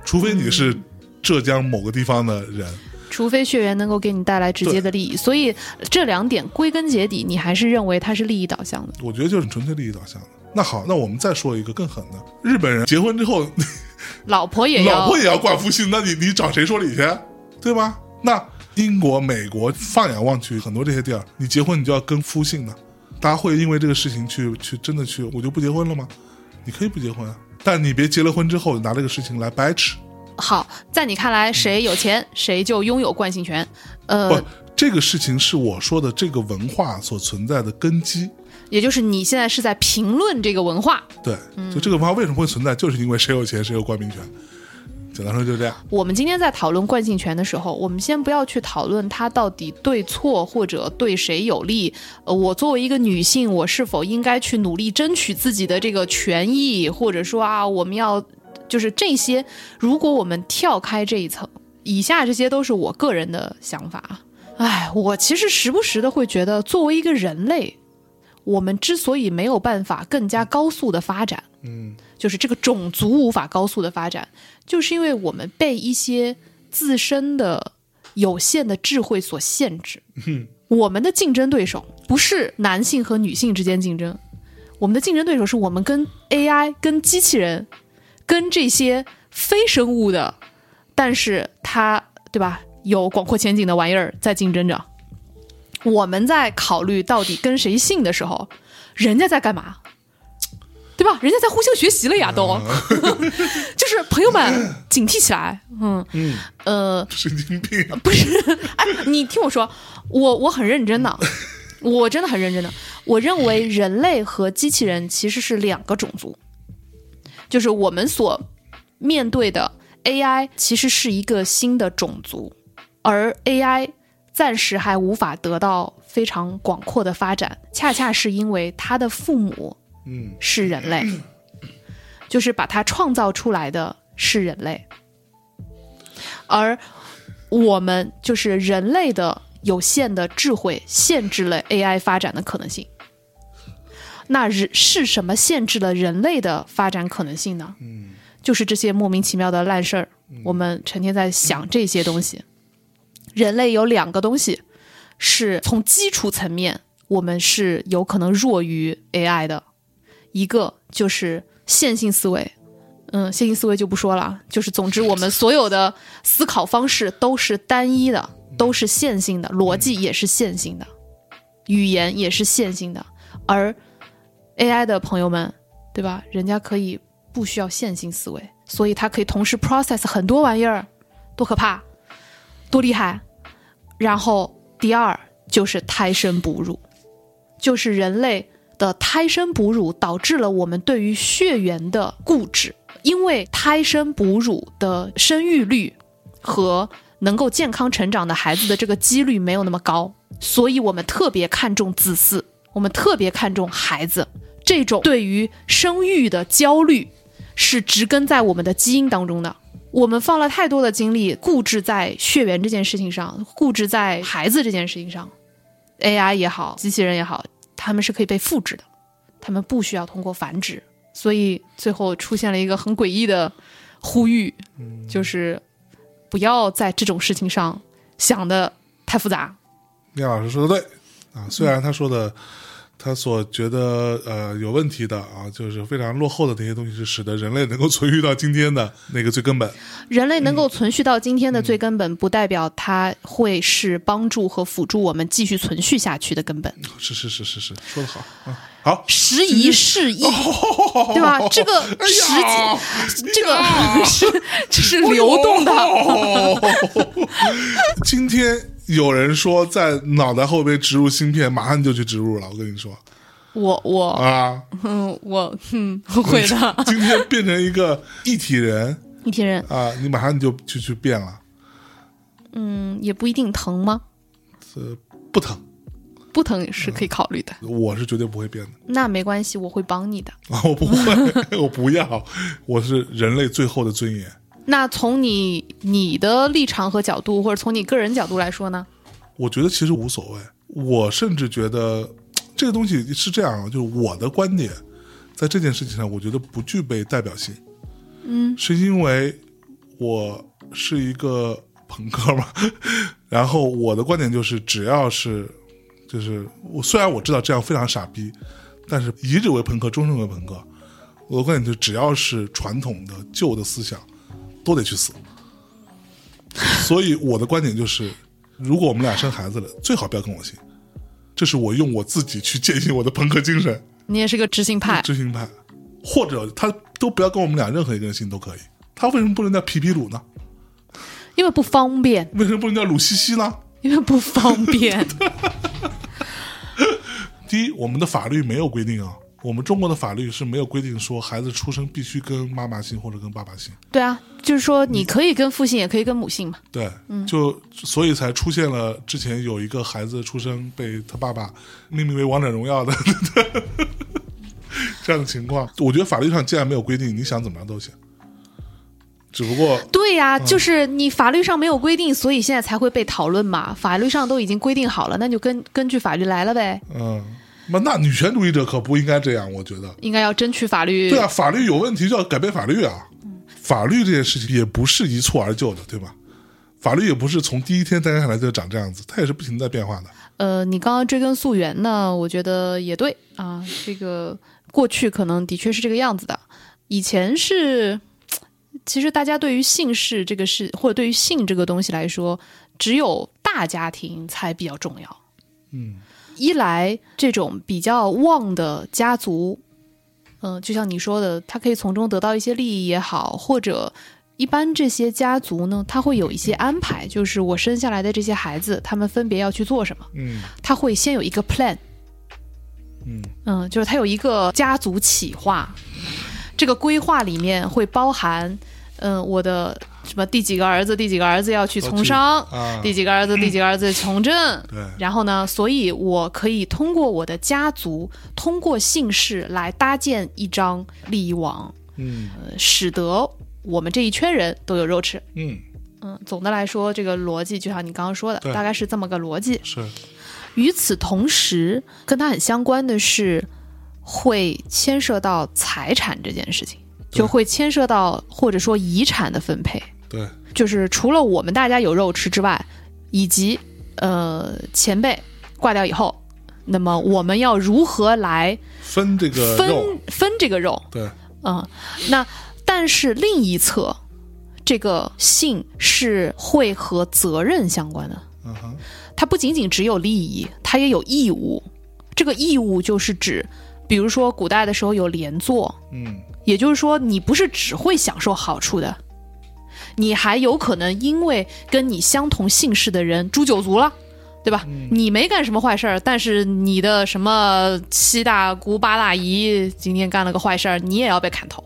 Speaker 2: 除非你是浙江某个地方的人，
Speaker 1: 除非血缘能够给你带来直接的利益，所以这两点归根结底，你还是认为它是利益导向的。
Speaker 2: 我觉得就是纯粹利益导向的。那好，那我们再说一个更狠的，日本人结婚之后，
Speaker 1: 老婆也要，
Speaker 2: 老婆也要冠夫姓，那你你找谁说理去？对吧？那英国、美国，放眼望去，很多这些地儿，你结婚你就要跟夫姓的，大家会因为这个事情去去真的去，我就不结婚了吗？你可以不结婚啊，但你别结了婚之后拿这个事情来掰扯。
Speaker 1: 好，在你看来，谁有钱、谁就拥有惯性权。
Speaker 2: 不
Speaker 1: 呃，，
Speaker 2: 这个事情是我说的这个文化所存在的根基。
Speaker 1: 也就是你现在是在评论这个文化。
Speaker 2: 对，就这个文化为什么会存在，就是因为谁有钱谁有冠名权。简单说就这样。
Speaker 1: 我们今天在讨论惯性权的时候，我们先不要去讨论它到底对错或者对谁有利。呃，我作为一个女性，我是否应该去努力争取自己的这个权益，或者说啊，我们要就是这些。如果我们跳开这一层，以下这些都是我个人的想法啊。哎，我其实时不时的会觉得，作为一个人类，我们之所以没有办法更加高速的发展，
Speaker 2: 嗯，
Speaker 1: 就是这个种族无法高速的发展，就是因为我们被一些自身的有限的智慧所限制。我们的竞争对手不是男性和女性之间竞争，我们的竞争对手是我们跟 AI、跟机器人、跟这些非生物的，但是它对吧有广阔前景的玩意儿在竞争着。我们在考虑到底跟谁姓的时候，人家在干嘛？对吧？人家在互相学习了呀，都，就是朋友们警惕起来，嗯
Speaker 2: 嗯
Speaker 1: 呃，
Speaker 2: 神经病啊！
Speaker 1: 不是，哎，你听我说，我我很认真的，我真的很认真的。我认为人类和机器人其实是两个种族，就是我们所面对的 AI 其实是一个新的种族，而 AI 暂时还无法得到非常广阔的发展，恰恰是因为它的父母
Speaker 2: 嗯，
Speaker 1: 是人类，就是把它创造出来的是人类，而我们就是人类的有限的智慧限制了 AI 发展的可能性。那人是什么限制了人类的发展可能性呢？
Speaker 2: 嗯，
Speaker 1: 就是这些莫名其妙的烂事儿，我们成天在想这些东西。人类有两个东西是从基础层面，我们是有可能弱于 AI 的，一个就是线性思维，嗯，线性思维就不说了，就是总之我们所有的思考方式都是单一的，都是线性的，逻辑也是线性的，语言也是线性的，而 AI 的朋友们，对吧？人家可以不需要线性思维，所以它可以同时 process 很多玩意儿，多可怕，多厉害。然后第二就是胎生哺乳，就是人类的胎生哺乳导致了我们对于血缘的固执，因为胎生哺乳的生育率和能够健康成长的孩子的这个几率没有那么高，所以我们特别看重子嗣，我们特别看重孩子。这种对于生育的焦虑是植根在我们的基因当中的。我们放了太多的精力，固执在血缘这件事情上，固执在孩子这件事情上。AI 也好，机器人也好，他们是可以被复制的，他们不需要通过繁殖。所以最后出现了一个很诡异的呼吁，就是不要在这种事情上想的太复杂。
Speaker 2: 聂老师说的对啊，虽然他说的。他所觉得呃有问题的啊，就是非常落后的那些东西，是使得人类能够存续到今天的那个最根本。
Speaker 1: 人类能够存续到今天的最根本，不代表它会是帮助和辅助我们继续存续下去的根本。
Speaker 2: 是是是是是，说的好啊，好，
Speaker 1: 时移世易，对
Speaker 2: 对
Speaker 1: 吧？这个
Speaker 2: 哎
Speaker 1: 时
Speaker 2: 呀，
Speaker 1: 间，这个是这是流动的。
Speaker 2: 的。 今天有人说在脑袋后边植入芯片，马上就去植入了。我跟你说
Speaker 1: 我我
Speaker 2: 啊，
Speaker 1: 嗯我嗯会的。
Speaker 2: 今天变成一个一体人
Speaker 1: 一体人
Speaker 2: 啊，你马上你就就去变了。
Speaker 1: 嗯也不一定疼吗？
Speaker 2: 呃，不疼，
Speaker 1: 不疼嗯是可以考虑的。
Speaker 2: 我是绝对不会变的。
Speaker 1: 那没关系，我会帮你的。
Speaker 2: 啊，我不会，我不要，我是人类最后的尊严。
Speaker 1: 那从你你的立场和角度，或者从你个人角度来说呢？
Speaker 2: 我觉得其实无所谓，我甚至觉得这个东西是这样啊，就是我的观点在这件事情上，我觉得不具备代表性。嗯，是因为我是一个朋克嘛，然后我的观点就是，只要是就是我虽然我知道这样非常傻逼，但是一日为朋克，终身为朋克。我的观点就是，只要是传统的旧的思想，都得去死。 所以我的观点就是，如果我们俩生孩子了，最好不要跟我姓。这是我用我自己去践行我的朋克精神，
Speaker 1: 你也是个嗯知性派，
Speaker 2: 知性派，或者他都不要跟我们俩任何一个人姓都可以。他为什么不能叫皮皮鲁呢？
Speaker 1: 因为不方便，
Speaker 2: 为什么不能叫鲁西西呢？
Speaker 1: 因为不方便。
Speaker 2: 第一，我们的法律没有规定啊，我们中国的法律是没有规定说孩子出生必须跟妈妈姓或者跟爸爸姓。
Speaker 1: 对啊，就是说你可以跟父姓，也可以跟母姓嘛。
Speaker 2: 对，就所以才出现了之前有一个孩子出生被他爸爸命名为《王者荣耀》的 这样的情况。我觉得法律上既然没有规定，你想怎么样都行，只不过
Speaker 1: 对呀、就是你法律上没有规定，所以现在才会被讨论嘛。法律上都已经规定好了，那就根根据法律来了呗。
Speaker 2: 嗯，那那女权主义者可不应该这样，我觉得。
Speaker 1: 应该要争取法律。
Speaker 2: 对啊，法律有问题就要改变法律啊。法律这件事情也不是一蹴而就的，对吧？法律也不是从第一天诞生下来就长这样子，它也是不停地在变化的。
Speaker 1: 呃，你刚刚追根溯源呢，我觉得也对啊。这个过去可能的确是这个样子的，以前是，其实大家对于姓氏这个事，或者对于姓这个东西来说，只有大家庭才比较重要。
Speaker 2: 嗯，
Speaker 1: 一来这种比较旺的家族，嗯、就像你说的，他可以从中得到一些利益也好，或者一般这些家族呢，他会有一些安排，就是我生下来的这些孩子，他们分别要去做什么，
Speaker 2: 嗯
Speaker 1: 他会先有一个 plan，
Speaker 2: 嗯
Speaker 1: 嗯，就是他有一个家族企划，这个规划里面会包含，嗯，我的什么第几个儿子，第几个儿子要去从商，
Speaker 2: 啊，嗯
Speaker 1: 第几个儿子，第几个儿子从政。
Speaker 2: 对，
Speaker 1: 然后呢，所以我可以通过我的家族，通过姓氏来搭建一张利益网，
Speaker 2: 嗯
Speaker 1: 呃使得我们这一圈人都有肉吃。
Speaker 2: 嗯，
Speaker 1: 嗯，总的来说，这个逻辑就像你刚刚说的，
Speaker 2: 对
Speaker 1: 大概是这么个逻辑。
Speaker 2: 是
Speaker 1: 与此同时，跟它很相关的是，会牵涉到财产这件事情，
Speaker 2: 对
Speaker 1: 就会牵涉到或者说遗产的分配。
Speaker 2: 对，
Speaker 1: 就是除了我们大家有肉吃之外，以及呃前辈挂掉以后，那么我们要如何来
Speaker 2: 分这个
Speaker 1: 分
Speaker 2: 肉，
Speaker 1: 分这个肉？
Speaker 2: 对，
Speaker 1: 嗯，那但是另一侧，这个性是会和责任相关的，
Speaker 2: 嗯哼，
Speaker 1: 它不仅仅只有利益，它也有义务。这个义务就是指，比如说古代的时候有连坐，
Speaker 2: 嗯
Speaker 1: 也就是说，你不是只会享受好处的，你还有可能因为跟你相同姓氏的人诛九族了。对吧？你没干什么坏事儿，但是你的什么七大姑八大姨今天干了个坏事儿，你也要被砍头。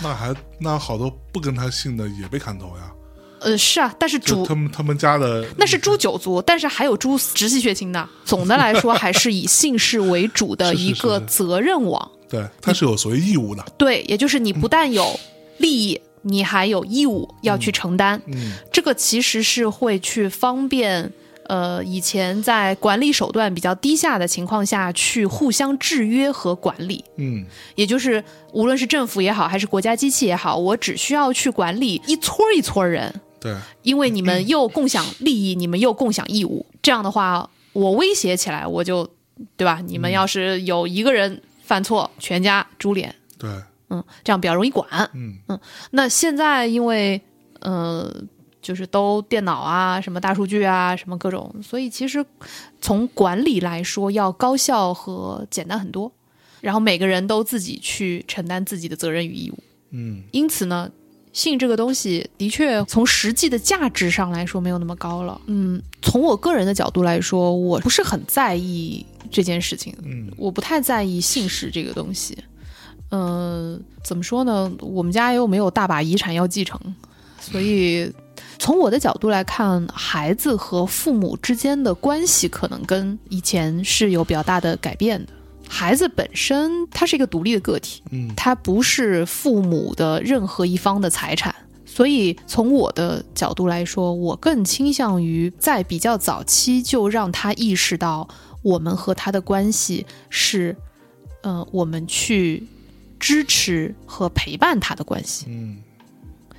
Speaker 2: 那还那好多不跟他姓的也被砍头呀，
Speaker 1: 呃，是啊，但是
Speaker 2: 就
Speaker 1: 主
Speaker 2: 他们他们家的嗯
Speaker 1: 那是诛九族，但是还有诛直系血亲的。总的来说，还是以姓氏为主的
Speaker 2: 是是
Speaker 1: 一个
Speaker 2: 是
Speaker 1: 责任网。
Speaker 2: 对，他是有所谓义务的，
Speaker 1: 对，也就是你不但有利益，你还有义务要去承担。
Speaker 2: 嗯
Speaker 1: 这个其实是会去方便。呃，以前在管理手段比较低下的情况下去互相制约和管理，
Speaker 2: 嗯
Speaker 1: 也就是无论是政府也好，还是国家机器也好，我只需要去管理一撮儿一撮儿人，
Speaker 2: 对，
Speaker 1: 因为你们又共享利益，你们又共享义务。这样的话，我威胁起来，我就对吧？你们要是有一个人犯错，全家株连，
Speaker 2: 对，
Speaker 1: 嗯，这样比较容易管。
Speaker 2: 嗯
Speaker 1: 那现在因为呃，就是都电脑啊，什么大数据啊，什么各种，所以其实从管理来说要高效和简单很多。然后每个人都自己去承担自己的责任与义务。
Speaker 2: 嗯
Speaker 1: 因此呢，性这个东西的确从实际的价值上来说没有那么高了。嗯，从我个人的角度来说，我不是很在意这件事情，
Speaker 2: 嗯
Speaker 1: 我不太在意姓氏这个东西。嗯、怎么说呢？我们家又没有大把遗产要继承，所以从我的角度来看，孩子和父母之间的关系可能跟以前是有比较大的改变的。孩子本身他是一个独立的个体，
Speaker 2: 嗯
Speaker 1: 他不是父母的任何一方的财产。所以从我的角度来说，我更倾向于在比较早期就让他意识到我们和他的关系是，呃，我们去支持和陪伴他的关系。
Speaker 2: 嗯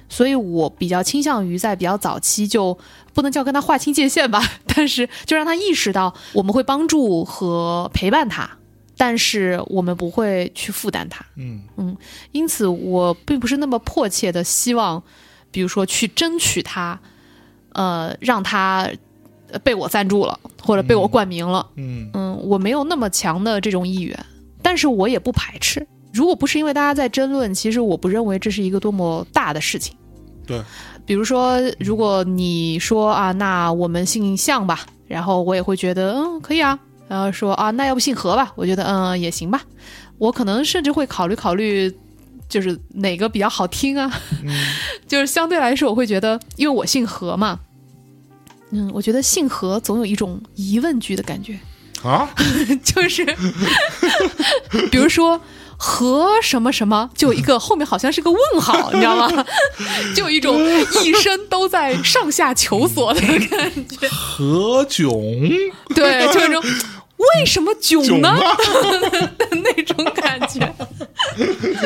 Speaker 1: 所以我比较倾向于在比较早期就不能叫跟他划清界限吧， 但是就让他意识到我们会帮助和陪伴他，但是我们不会去负担他。
Speaker 2: 嗯
Speaker 1: 因此，我并不是那么迫切的希望，比如说去争取他，呃，让他呃被我赞助了或者被我冠名了。
Speaker 2: 嗯
Speaker 1: 嗯，我没有那么强的这种意愿，但是我也不排斥。如果不是因为大家在争论，其实我不认为这是一个多么大的事情。
Speaker 2: 对，
Speaker 1: 比如说，如果你说啊，那我们姓向吧，然后我也会觉得嗯可以啊，然后说啊，那要不姓何吧，我觉得嗯也行吧，我可能甚至会考虑考虑。就是哪个比较好听啊？ 就是相对来说，我会觉得，因为我姓何嘛，嗯，我觉得姓何总有一种嗯疑问句的感觉。
Speaker 2: 啊，
Speaker 1: 就是 比如说和什么什么，就有一个后面好像是个问号，你知道吗？ 就有一种一生都在上下求索的感觉，
Speaker 2: 何炅
Speaker 1: 对，就是那种为什么囧
Speaker 2: 囧
Speaker 1: 呢
Speaker 2: 啊？
Speaker 1: 的那种感觉。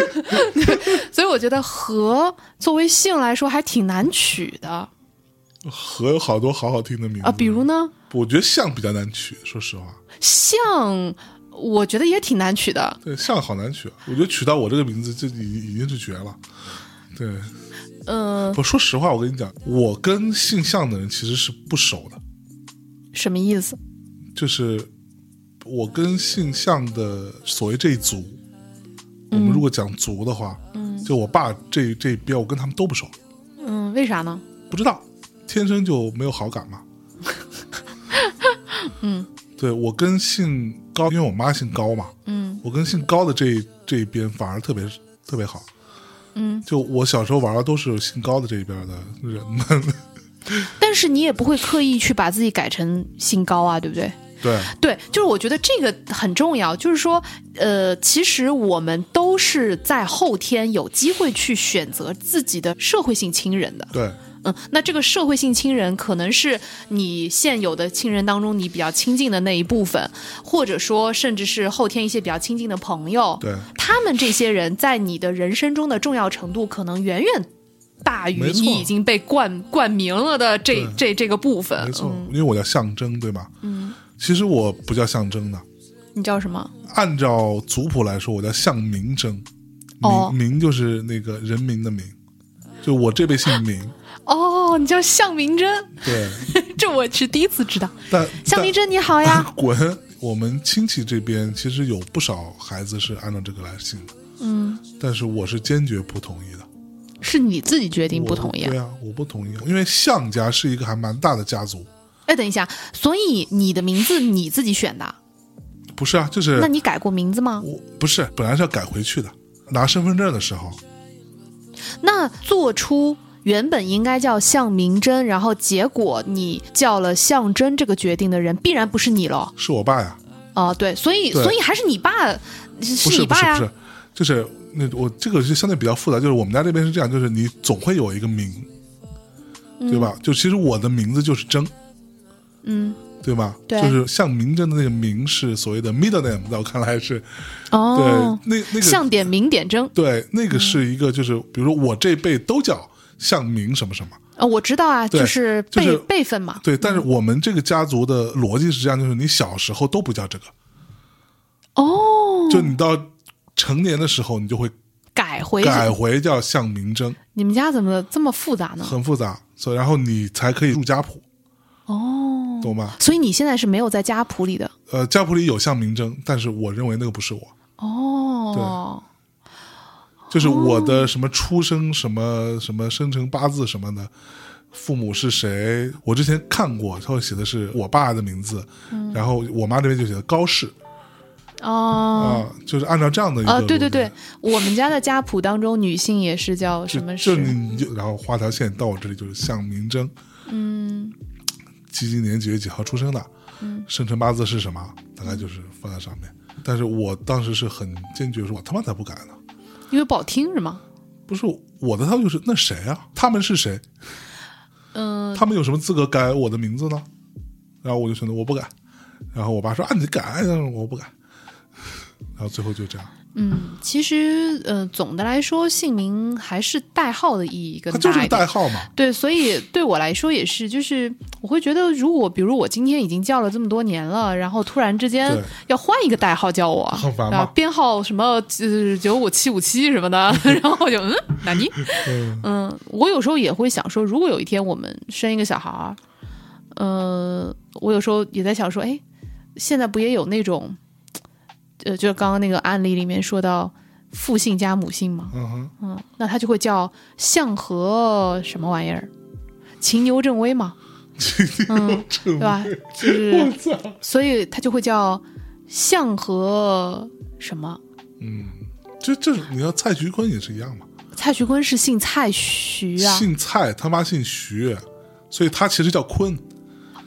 Speaker 1: 所以我觉得和作为姓来说还挺难取的
Speaker 2: 何有好多好好听的名字
Speaker 1: 啊，比如呢，
Speaker 2: 我觉得像比较难取，说实话，
Speaker 1: 像我觉得也挺难取的，
Speaker 2: 对，像好难取啊。我觉得取到我这个名字，这已已经是绝了。对，
Speaker 1: 嗯、
Speaker 2: 我说实话，我跟你讲，我跟姓向的人其实是不熟的，
Speaker 1: 什么意思？
Speaker 2: 就是我跟姓向的所谓这一族，我们如果讲族的话，嗯，就我爸这这一边，我跟他们都不熟，
Speaker 1: 嗯，为啥呢？
Speaker 2: 不知道，天生就没有好感嘛。嗯，对我跟姓高，因为我妈姓高嘛，
Speaker 1: 嗯
Speaker 2: 我跟姓高的这这一边反而特别特别好。
Speaker 1: 嗯。
Speaker 2: 就我小时候玩的都是姓高的这一边的人们，
Speaker 1: 但是你也不会刻意去把自己改成姓高啊，对不对？
Speaker 2: 对，
Speaker 1: 对，就是我觉得这个很重要，就是说，呃，其实我们都是在后天有机会去选择自己的社会性亲人的。
Speaker 2: 对，
Speaker 1: 嗯，那这个社会性亲人可能是你现有的亲人当中你比较亲近的那一部分，或者说甚至是后天一些比较亲近的朋友，
Speaker 2: 对
Speaker 1: 他们这些人在你的人生中的重要程度可能远远大于
Speaker 2: 没错
Speaker 1: 你已经被冠冠名了的这
Speaker 2: 对
Speaker 1: 这这个部分。
Speaker 2: 没错，
Speaker 1: 嗯
Speaker 2: 因为我叫象征，对吗？嗯，其实我不叫象征的，
Speaker 1: 你叫什么？
Speaker 2: 按照族谱来说，我叫象明征，名、
Speaker 1: 哦
Speaker 2: 名就是那个人民的民，就我这辈姓 名，
Speaker 1: 哦，你叫向明真，
Speaker 2: 对，
Speaker 1: 这我是第一次知道。
Speaker 2: 但
Speaker 1: 向明
Speaker 2: 但
Speaker 1: 真你好呀，
Speaker 2: 滚！我们亲戚这边其实有不少孩子是按照这个来姓的，
Speaker 1: 嗯，
Speaker 2: 但是我是坚决不同意的。
Speaker 1: 是你自己决定
Speaker 2: 我
Speaker 1: 不同意啊
Speaker 2: 对啊，我不同意，因为项家是一个还蛮大的家族。
Speaker 1: 哎，等一下，所以你的名字你自己选的，
Speaker 2: 不是啊，就是
Speaker 1: 那你改过名字吗？
Speaker 2: 我不是，本来是要改回去的。拿身份证的时候，
Speaker 1: 那做出原本应该叫向明真，然后结果你叫了向真这个决定的人，必然不是你了。
Speaker 2: 是我爸呀，
Speaker 1: 哦、对，所以
Speaker 2: 对
Speaker 1: 所以还是你爸，
Speaker 2: 不
Speaker 1: 是
Speaker 2: 是
Speaker 1: 你
Speaker 2: 不
Speaker 1: 爸
Speaker 2: 是不
Speaker 1: 呀？
Speaker 2: 是，就是那我这个是相对比较复杂，就是我们家这边是这样，就是你总会有一个名，对吧？就其实我的名字就是征，
Speaker 1: 嗯，
Speaker 2: 对吧？
Speaker 1: 对
Speaker 2: 就是像明真的那个名是所谓的 middle name，在我看来是、
Speaker 1: 哦，嗯
Speaker 2: 对那那个
Speaker 1: 向点明点真，
Speaker 2: 对那个是一个就是，比如说我这辈都叫向明什么什么。
Speaker 1: 呃，我知道啊，
Speaker 2: 对
Speaker 1: 就是辈、
Speaker 2: 就是
Speaker 1: 辈分嘛。
Speaker 2: 对，但是我们这个家族的逻辑是这样，就是你小时候都不叫这个，
Speaker 1: 哦，
Speaker 2: 就你到成年的时候，你就会
Speaker 1: 改回去
Speaker 2: 改回叫向明征，
Speaker 1: 你们家怎么这么复杂呢？
Speaker 2: 很复杂，所以然后你才可以入家谱，
Speaker 1: 哦，
Speaker 2: 懂吗？
Speaker 1: 所以你现在是没有在家谱里的。
Speaker 2: 呃，家谱里有向明征，但是我认为那个不是我，
Speaker 1: 哦，
Speaker 2: 就是我的什么出生什么什么生辰八字什么的。父母是谁？我之前看过，他会写的
Speaker 1: 嗯
Speaker 2: 是我爸的名字，然后我妈这边就写的高氏
Speaker 1: 哦，
Speaker 2: 啊、就是按照这样的一个
Speaker 1: 啊，对对
Speaker 2: 路线
Speaker 1: 对，，我们家的家谱当中女性也是叫什么
Speaker 2: 就
Speaker 1: 氏
Speaker 2: 就你就然后画条线到我这里就是向明征，嗯，几几年几月几号出生的，嗯，生辰八字是什么，大概就是放在上面。但是我当时是很坚决说，我他妈才不改呢！
Speaker 1: 因为不好听是吗？
Speaker 2: 不是我的态度就是，那谁啊？他们是谁？
Speaker 1: 嗯、
Speaker 2: 他们有什么资格改我的名字呢？然后我就选择我不改。然后我爸说啊，你改，但是我不改。然后最后就这样，
Speaker 1: 嗯，其实呃，总的来说，姓名还是代号的意义更
Speaker 2: 他
Speaker 1: 大
Speaker 2: 就是
Speaker 1: 一
Speaker 2: 个
Speaker 1: 点
Speaker 2: 代号嘛。
Speaker 1: 对，所以对我来说也是，就是我会觉得，如果比如我今天已经叫了这么多年了，然后突然之间
Speaker 2: 对
Speaker 1: 要换一个代号叫我，
Speaker 2: 很烦
Speaker 1: 啊
Speaker 2: 吧，
Speaker 1: 编号什么呃九五七五七什么 的，然后我就嗯，纳尼？
Speaker 2: 嗯，
Speaker 1: 嗯，我有时候也会想说，如果有一天我们生一个小孩儿，呃，我有时候也在想说，哎，现在不也有那种，呃，就是刚刚那个案例里面说到父姓加母姓吗？
Speaker 2: 嗯哼，
Speaker 1: 嗯，那他就会叫向和什么玩意儿，秦牛正威嘛， 嗯，对吧？就是
Speaker 2: 我，操，
Speaker 1: 所以他就会叫向和什么。
Speaker 2: 嗯，这这你要蔡徐坤也是一样嘛。
Speaker 1: 蔡徐坤是姓蔡徐啊，
Speaker 2: 姓蔡，他妈姓徐，所以他其实叫坤。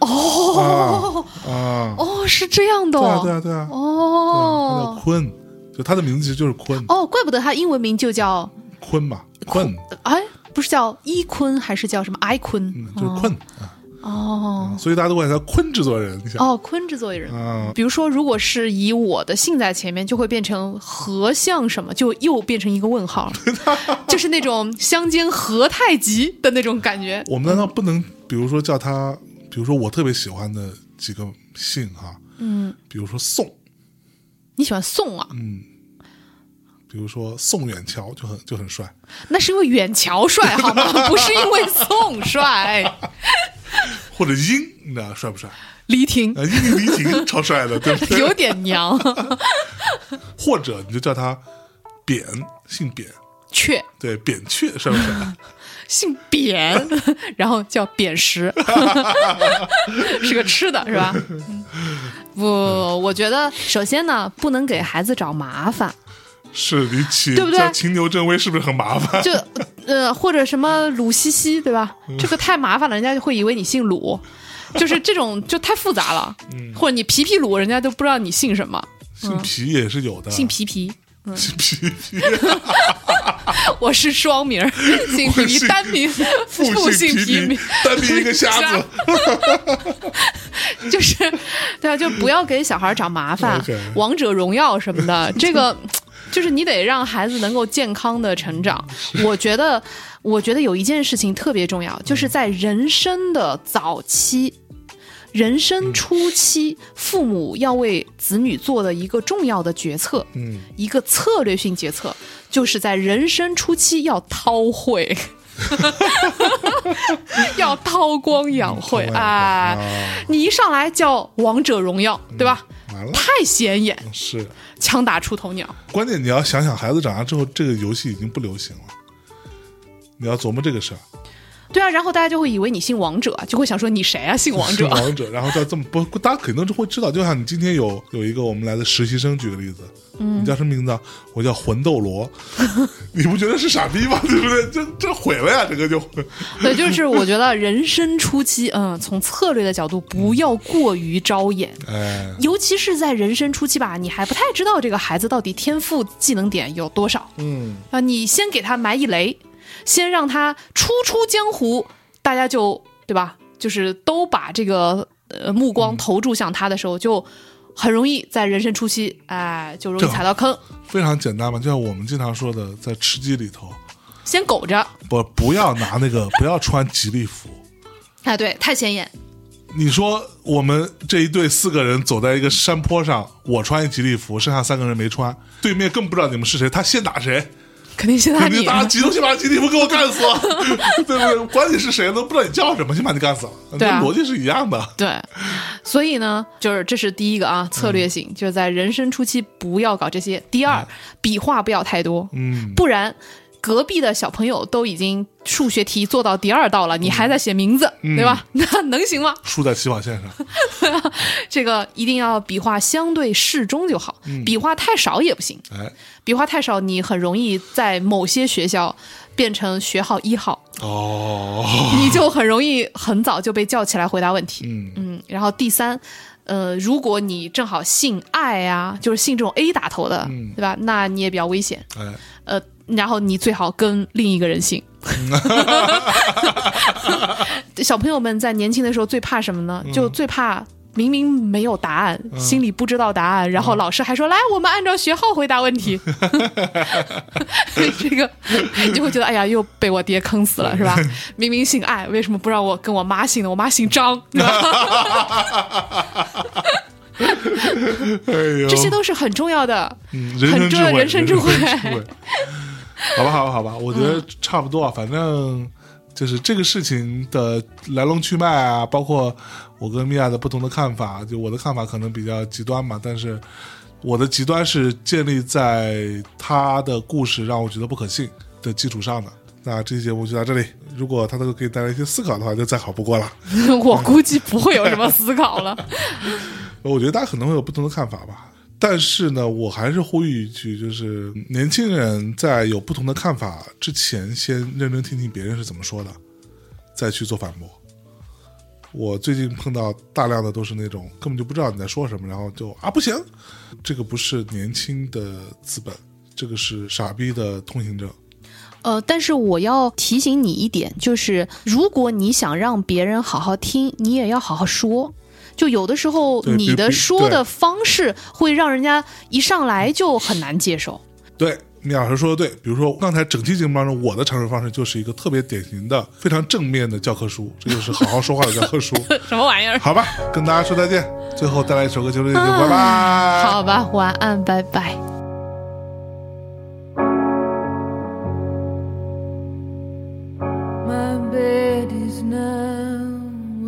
Speaker 1: 哦
Speaker 2: 啊啊，
Speaker 1: 哦，是这样的
Speaker 2: 对
Speaker 1: 哦，
Speaker 2: 啊，对啊，对啊，对啊他叫
Speaker 1: 哦
Speaker 2: 坤，就他的名字其实就是坤，
Speaker 1: 哦，怪不得他英文名就叫
Speaker 2: 坤嘛，坤，
Speaker 1: 哎，不是叫伊坤，还是叫什么埃坤？
Speaker 2: 嗯，就是坤啊，嗯
Speaker 1: 哦
Speaker 2: 所以大家都管他坤制作人。你想
Speaker 1: 哦，坤制作人。
Speaker 2: 啊，
Speaker 1: 比如说，如果是以我的姓在前面，就会变成何相什么，就又变成一个问号了， 就是那种乡间何太急的那种感觉。
Speaker 2: 我们难道不能，比如说叫他，比如说我特别喜欢的几个姓哈，
Speaker 1: 嗯，
Speaker 2: 比如说宋，
Speaker 1: 你喜欢宋啊？
Speaker 2: 嗯，比如说宋远桥就很就很帅，
Speaker 1: 那是因为远桥 帅好吗？不是因为宋帅。
Speaker 2: 或者英，你知道帅不帅？啊，
Speaker 1: 黎婷
Speaker 2: 英宁李挺超帅的，对不对？
Speaker 1: 有点娘，
Speaker 2: 或者你就叫他扁，姓扁，
Speaker 1: 雀
Speaker 2: 对，扁鹊帅不帅？
Speaker 1: 姓扁，然后叫扁 食，是个吃的，是吧？嗯不，呃我觉得首先呢，不能给孩子找麻烦，
Speaker 2: 是你 起
Speaker 1: 对不对
Speaker 2: 叫秦牛正威是不是很麻 烦？
Speaker 1: 就呃或者什么鲁西西，对吧？这个太麻烦了，人家就会以为你姓鲁， 就是这种就太复杂了。
Speaker 2: 嗯
Speaker 1: 或者你皮皮鲁，人家都不知道你姓什么，
Speaker 2: 姓皮也是有的，
Speaker 1: 嗯姓皮皮。
Speaker 2: 姓皮皮，
Speaker 1: 我是双名儿，姓皮
Speaker 2: 我
Speaker 1: 皮
Speaker 2: 姓
Speaker 1: 单 名，
Speaker 2: 父
Speaker 1: 姓皮
Speaker 2: 姓皮
Speaker 1: 皮
Speaker 2: 皮，单凭一个瞎子，
Speaker 1: 就是，对啊，就不要给小孩找麻烦
Speaker 2: OK，
Speaker 1: 王者荣耀什么 的，这个就是你得让孩子能够健康的成长。我觉得，我觉得有一件事情特别重要，就是在人生的早期。人生初期，父母要为子女做的一个重要的决策，
Speaker 2: 嗯，
Speaker 1: 一个策略性决策，就是在人生初期要韬晦，
Speaker 2: 嗯
Speaker 1: 要韬光养晦
Speaker 2: 韬光养晦
Speaker 1: 哎。
Speaker 2: 啊
Speaker 1: 你一上来叫王者荣耀，对吧？
Speaker 2: 完了
Speaker 1: 太显眼，
Speaker 2: 是。
Speaker 1: 枪打出头鸟。
Speaker 2: 关键你要想想，孩子长大之后，这个游戏已经不流行了。你要琢磨这个事儿，
Speaker 1: 对啊，然后大家就会以为你姓王者，就会想说你谁啊？姓王
Speaker 2: 是
Speaker 1: 者？
Speaker 2: 王者，然后叫这么不，大家肯定都会知道。就像你今天有有一个我们来的实习生，举个例子，嗯，你叫什么名字啊？我叫魂斗罗， 你不觉得是傻逼吗？对不对？这这毁了呀，这个就
Speaker 1: 对，就是我觉得人生初期，嗯，从策略的角度不要过于招眼。
Speaker 2: 哎，
Speaker 1: 尤其是在人生初期吧，你还不太知道这个孩子到底天赋技能点有多少
Speaker 2: 嗯，
Speaker 1: 啊！你先给他埋一雷，先让他初出江湖，大家就对吧？就是都把这个呃目
Speaker 2: 嗯
Speaker 1: 光投注向他的时候，就很容易在人生初期，哎，就容易
Speaker 2: 正好
Speaker 1: 踩到坑，
Speaker 2: 非常简单嘛，就像我们经常说的，在吃鸡里头，
Speaker 1: 先苟着。
Speaker 2: 不不要拿那个，不要穿吉利服。
Speaker 1: 哎，对，太显眼，
Speaker 2: 你说我们这一队四个人走在一个山坡上，我穿一吉利服，剩下三个人没穿，对面更不知道你们是谁，他先打谁，
Speaker 1: 肯定先打
Speaker 2: 肯定
Speaker 1: 你。
Speaker 2: 大家集中先把吉利服给我干 死了，对不对？管你是谁都不知道你叫什么，先把你干死了，
Speaker 1: 对啊
Speaker 2: 这逻辑是一样的。
Speaker 1: 对，所以呢，就是这是第一个啊，
Speaker 2: 嗯
Speaker 1: 策略性，就是在人生初期不要搞这些。第二，笔画不要太多，
Speaker 2: 嗯，
Speaker 1: 不然隔壁的小朋友都已经数学题做到第二道
Speaker 2: 嗯
Speaker 1: 了，你还在写名字，对吧？ 那能行吗？
Speaker 2: 输在起跑线上，
Speaker 1: 这个一定要笔画相对适中就好，
Speaker 2: 嗯
Speaker 1: 笔画太少也不行。
Speaker 2: 哎，
Speaker 1: 笔画太少，你很容易在某些学校变成学号一号，
Speaker 2: 哦，
Speaker 1: 你就很容易很早就被叫起来回答问题。
Speaker 2: 嗯
Speaker 1: 嗯，然后第三，呃，如果你正好姓艾啊，就是姓这种 A 打头的，
Speaker 2: 嗯
Speaker 1: 对吧？那你也比较危险。
Speaker 2: 哎，
Speaker 1: 呃，然后你最好跟另一个人姓。小朋友们在年轻的时候最怕什么呢？就最怕。明明没有答案，心里不知道答案，然后老师还说：“来，我们按照学号回答问题。”这个你就会觉得，哎呀，又被我爹坑死了，是吧？明明姓艾，为什么不让我跟我妈姓呢？我妈姓张，对吧？
Speaker 2: 哎呦，
Speaker 1: 这些都是很重要的。
Speaker 2: 嗯人
Speaker 1: 很
Speaker 2: 生智
Speaker 1: 重要
Speaker 2: 慧，
Speaker 1: 人生智慧
Speaker 2: 人生智慧 好吧，好吧，好吧，我觉得差不多啊，反正就是这个事情的来龙去脉啊，包括我跟米娅的不同的看法，就我的看法可能比较极端嘛，但是我的极端是建立在他的故事让我觉得不可信的基础上的。那这期节目就到这里，如果他能够给大家一些思考的话，就再好不过了。
Speaker 1: 我估计不会有什么思考了。
Speaker 2: 我觉得大家可能会有不同的看法吧。但是呢，我还是呼吁一句，就是年轻人在有不同的看法之前，先认真听听别人是怎么说的，再去做反驳。我最近碰到大量的都是那种根本就不知道你在说什么，然后就啊不行，这个不是年轻的资本，这个是傻逼的通行证。
Speaker 1: 呃，但是我要提醒你一点，就是如果你想让别人好好听，你也要好好说。就有的时候
Speaker 2: 对
Speaker 1: 你
Speaker 2: 比
Speaker 1: 的
Speaker 2: 比
Speaker 1: 说
Speaker 2: 对
Speaker 1: 的方式会让人家一上来就很难接受。
Speaker 2: 对，米老师说的对。比如说，刚才整期节目当中，我的阐述方式就是一个特别典型的、非常正面的教科书，这就是好好说话的教科书。
Speaker 1: 什么玩意儿？啊
Speaker 2: 好吧，跟大家说再见。最后带来一首歌，就这就拜拜。
Speaker 1: 好吧，晚安，拜拜。
Speaker 3: My bed is now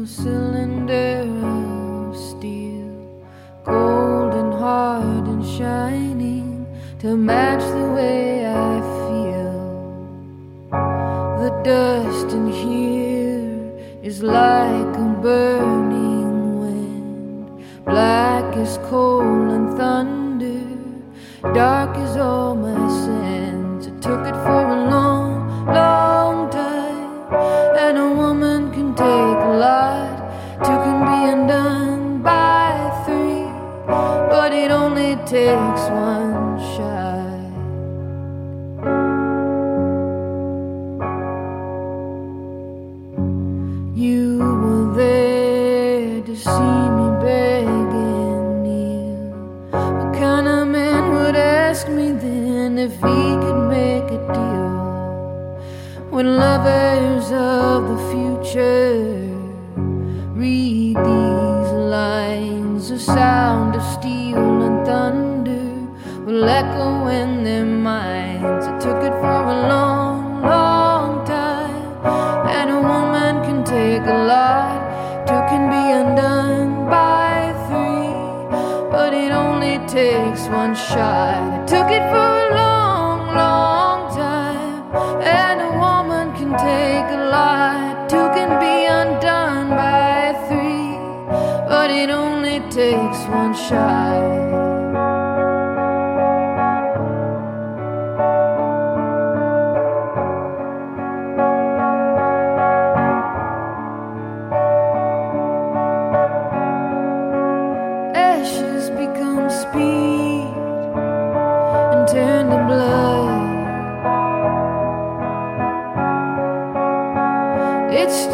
Speaker 3: a cylinder of steel, cold and hard and shining to match the way I feel. The dust in here is like a burning wind, black as coal and thunder, dark as all my sins. I took it for a long, long time, and a woman can take a lot, two can be undone by three, but it only takes one shot. You were there to see me beg and kneel. What kind of man would ask me then if he could make a deal? When lovers of the future read these lines, the sound of steel and thunder will echo in their minds. I took it for a long, long time, and a woman can take a lot, two can be undone by three, but it only takes one shot. I took it for a long, long time, and a woman can take a lot, two can be undone by three, but it only takes one shot. ashes become speed and turn to blood. It's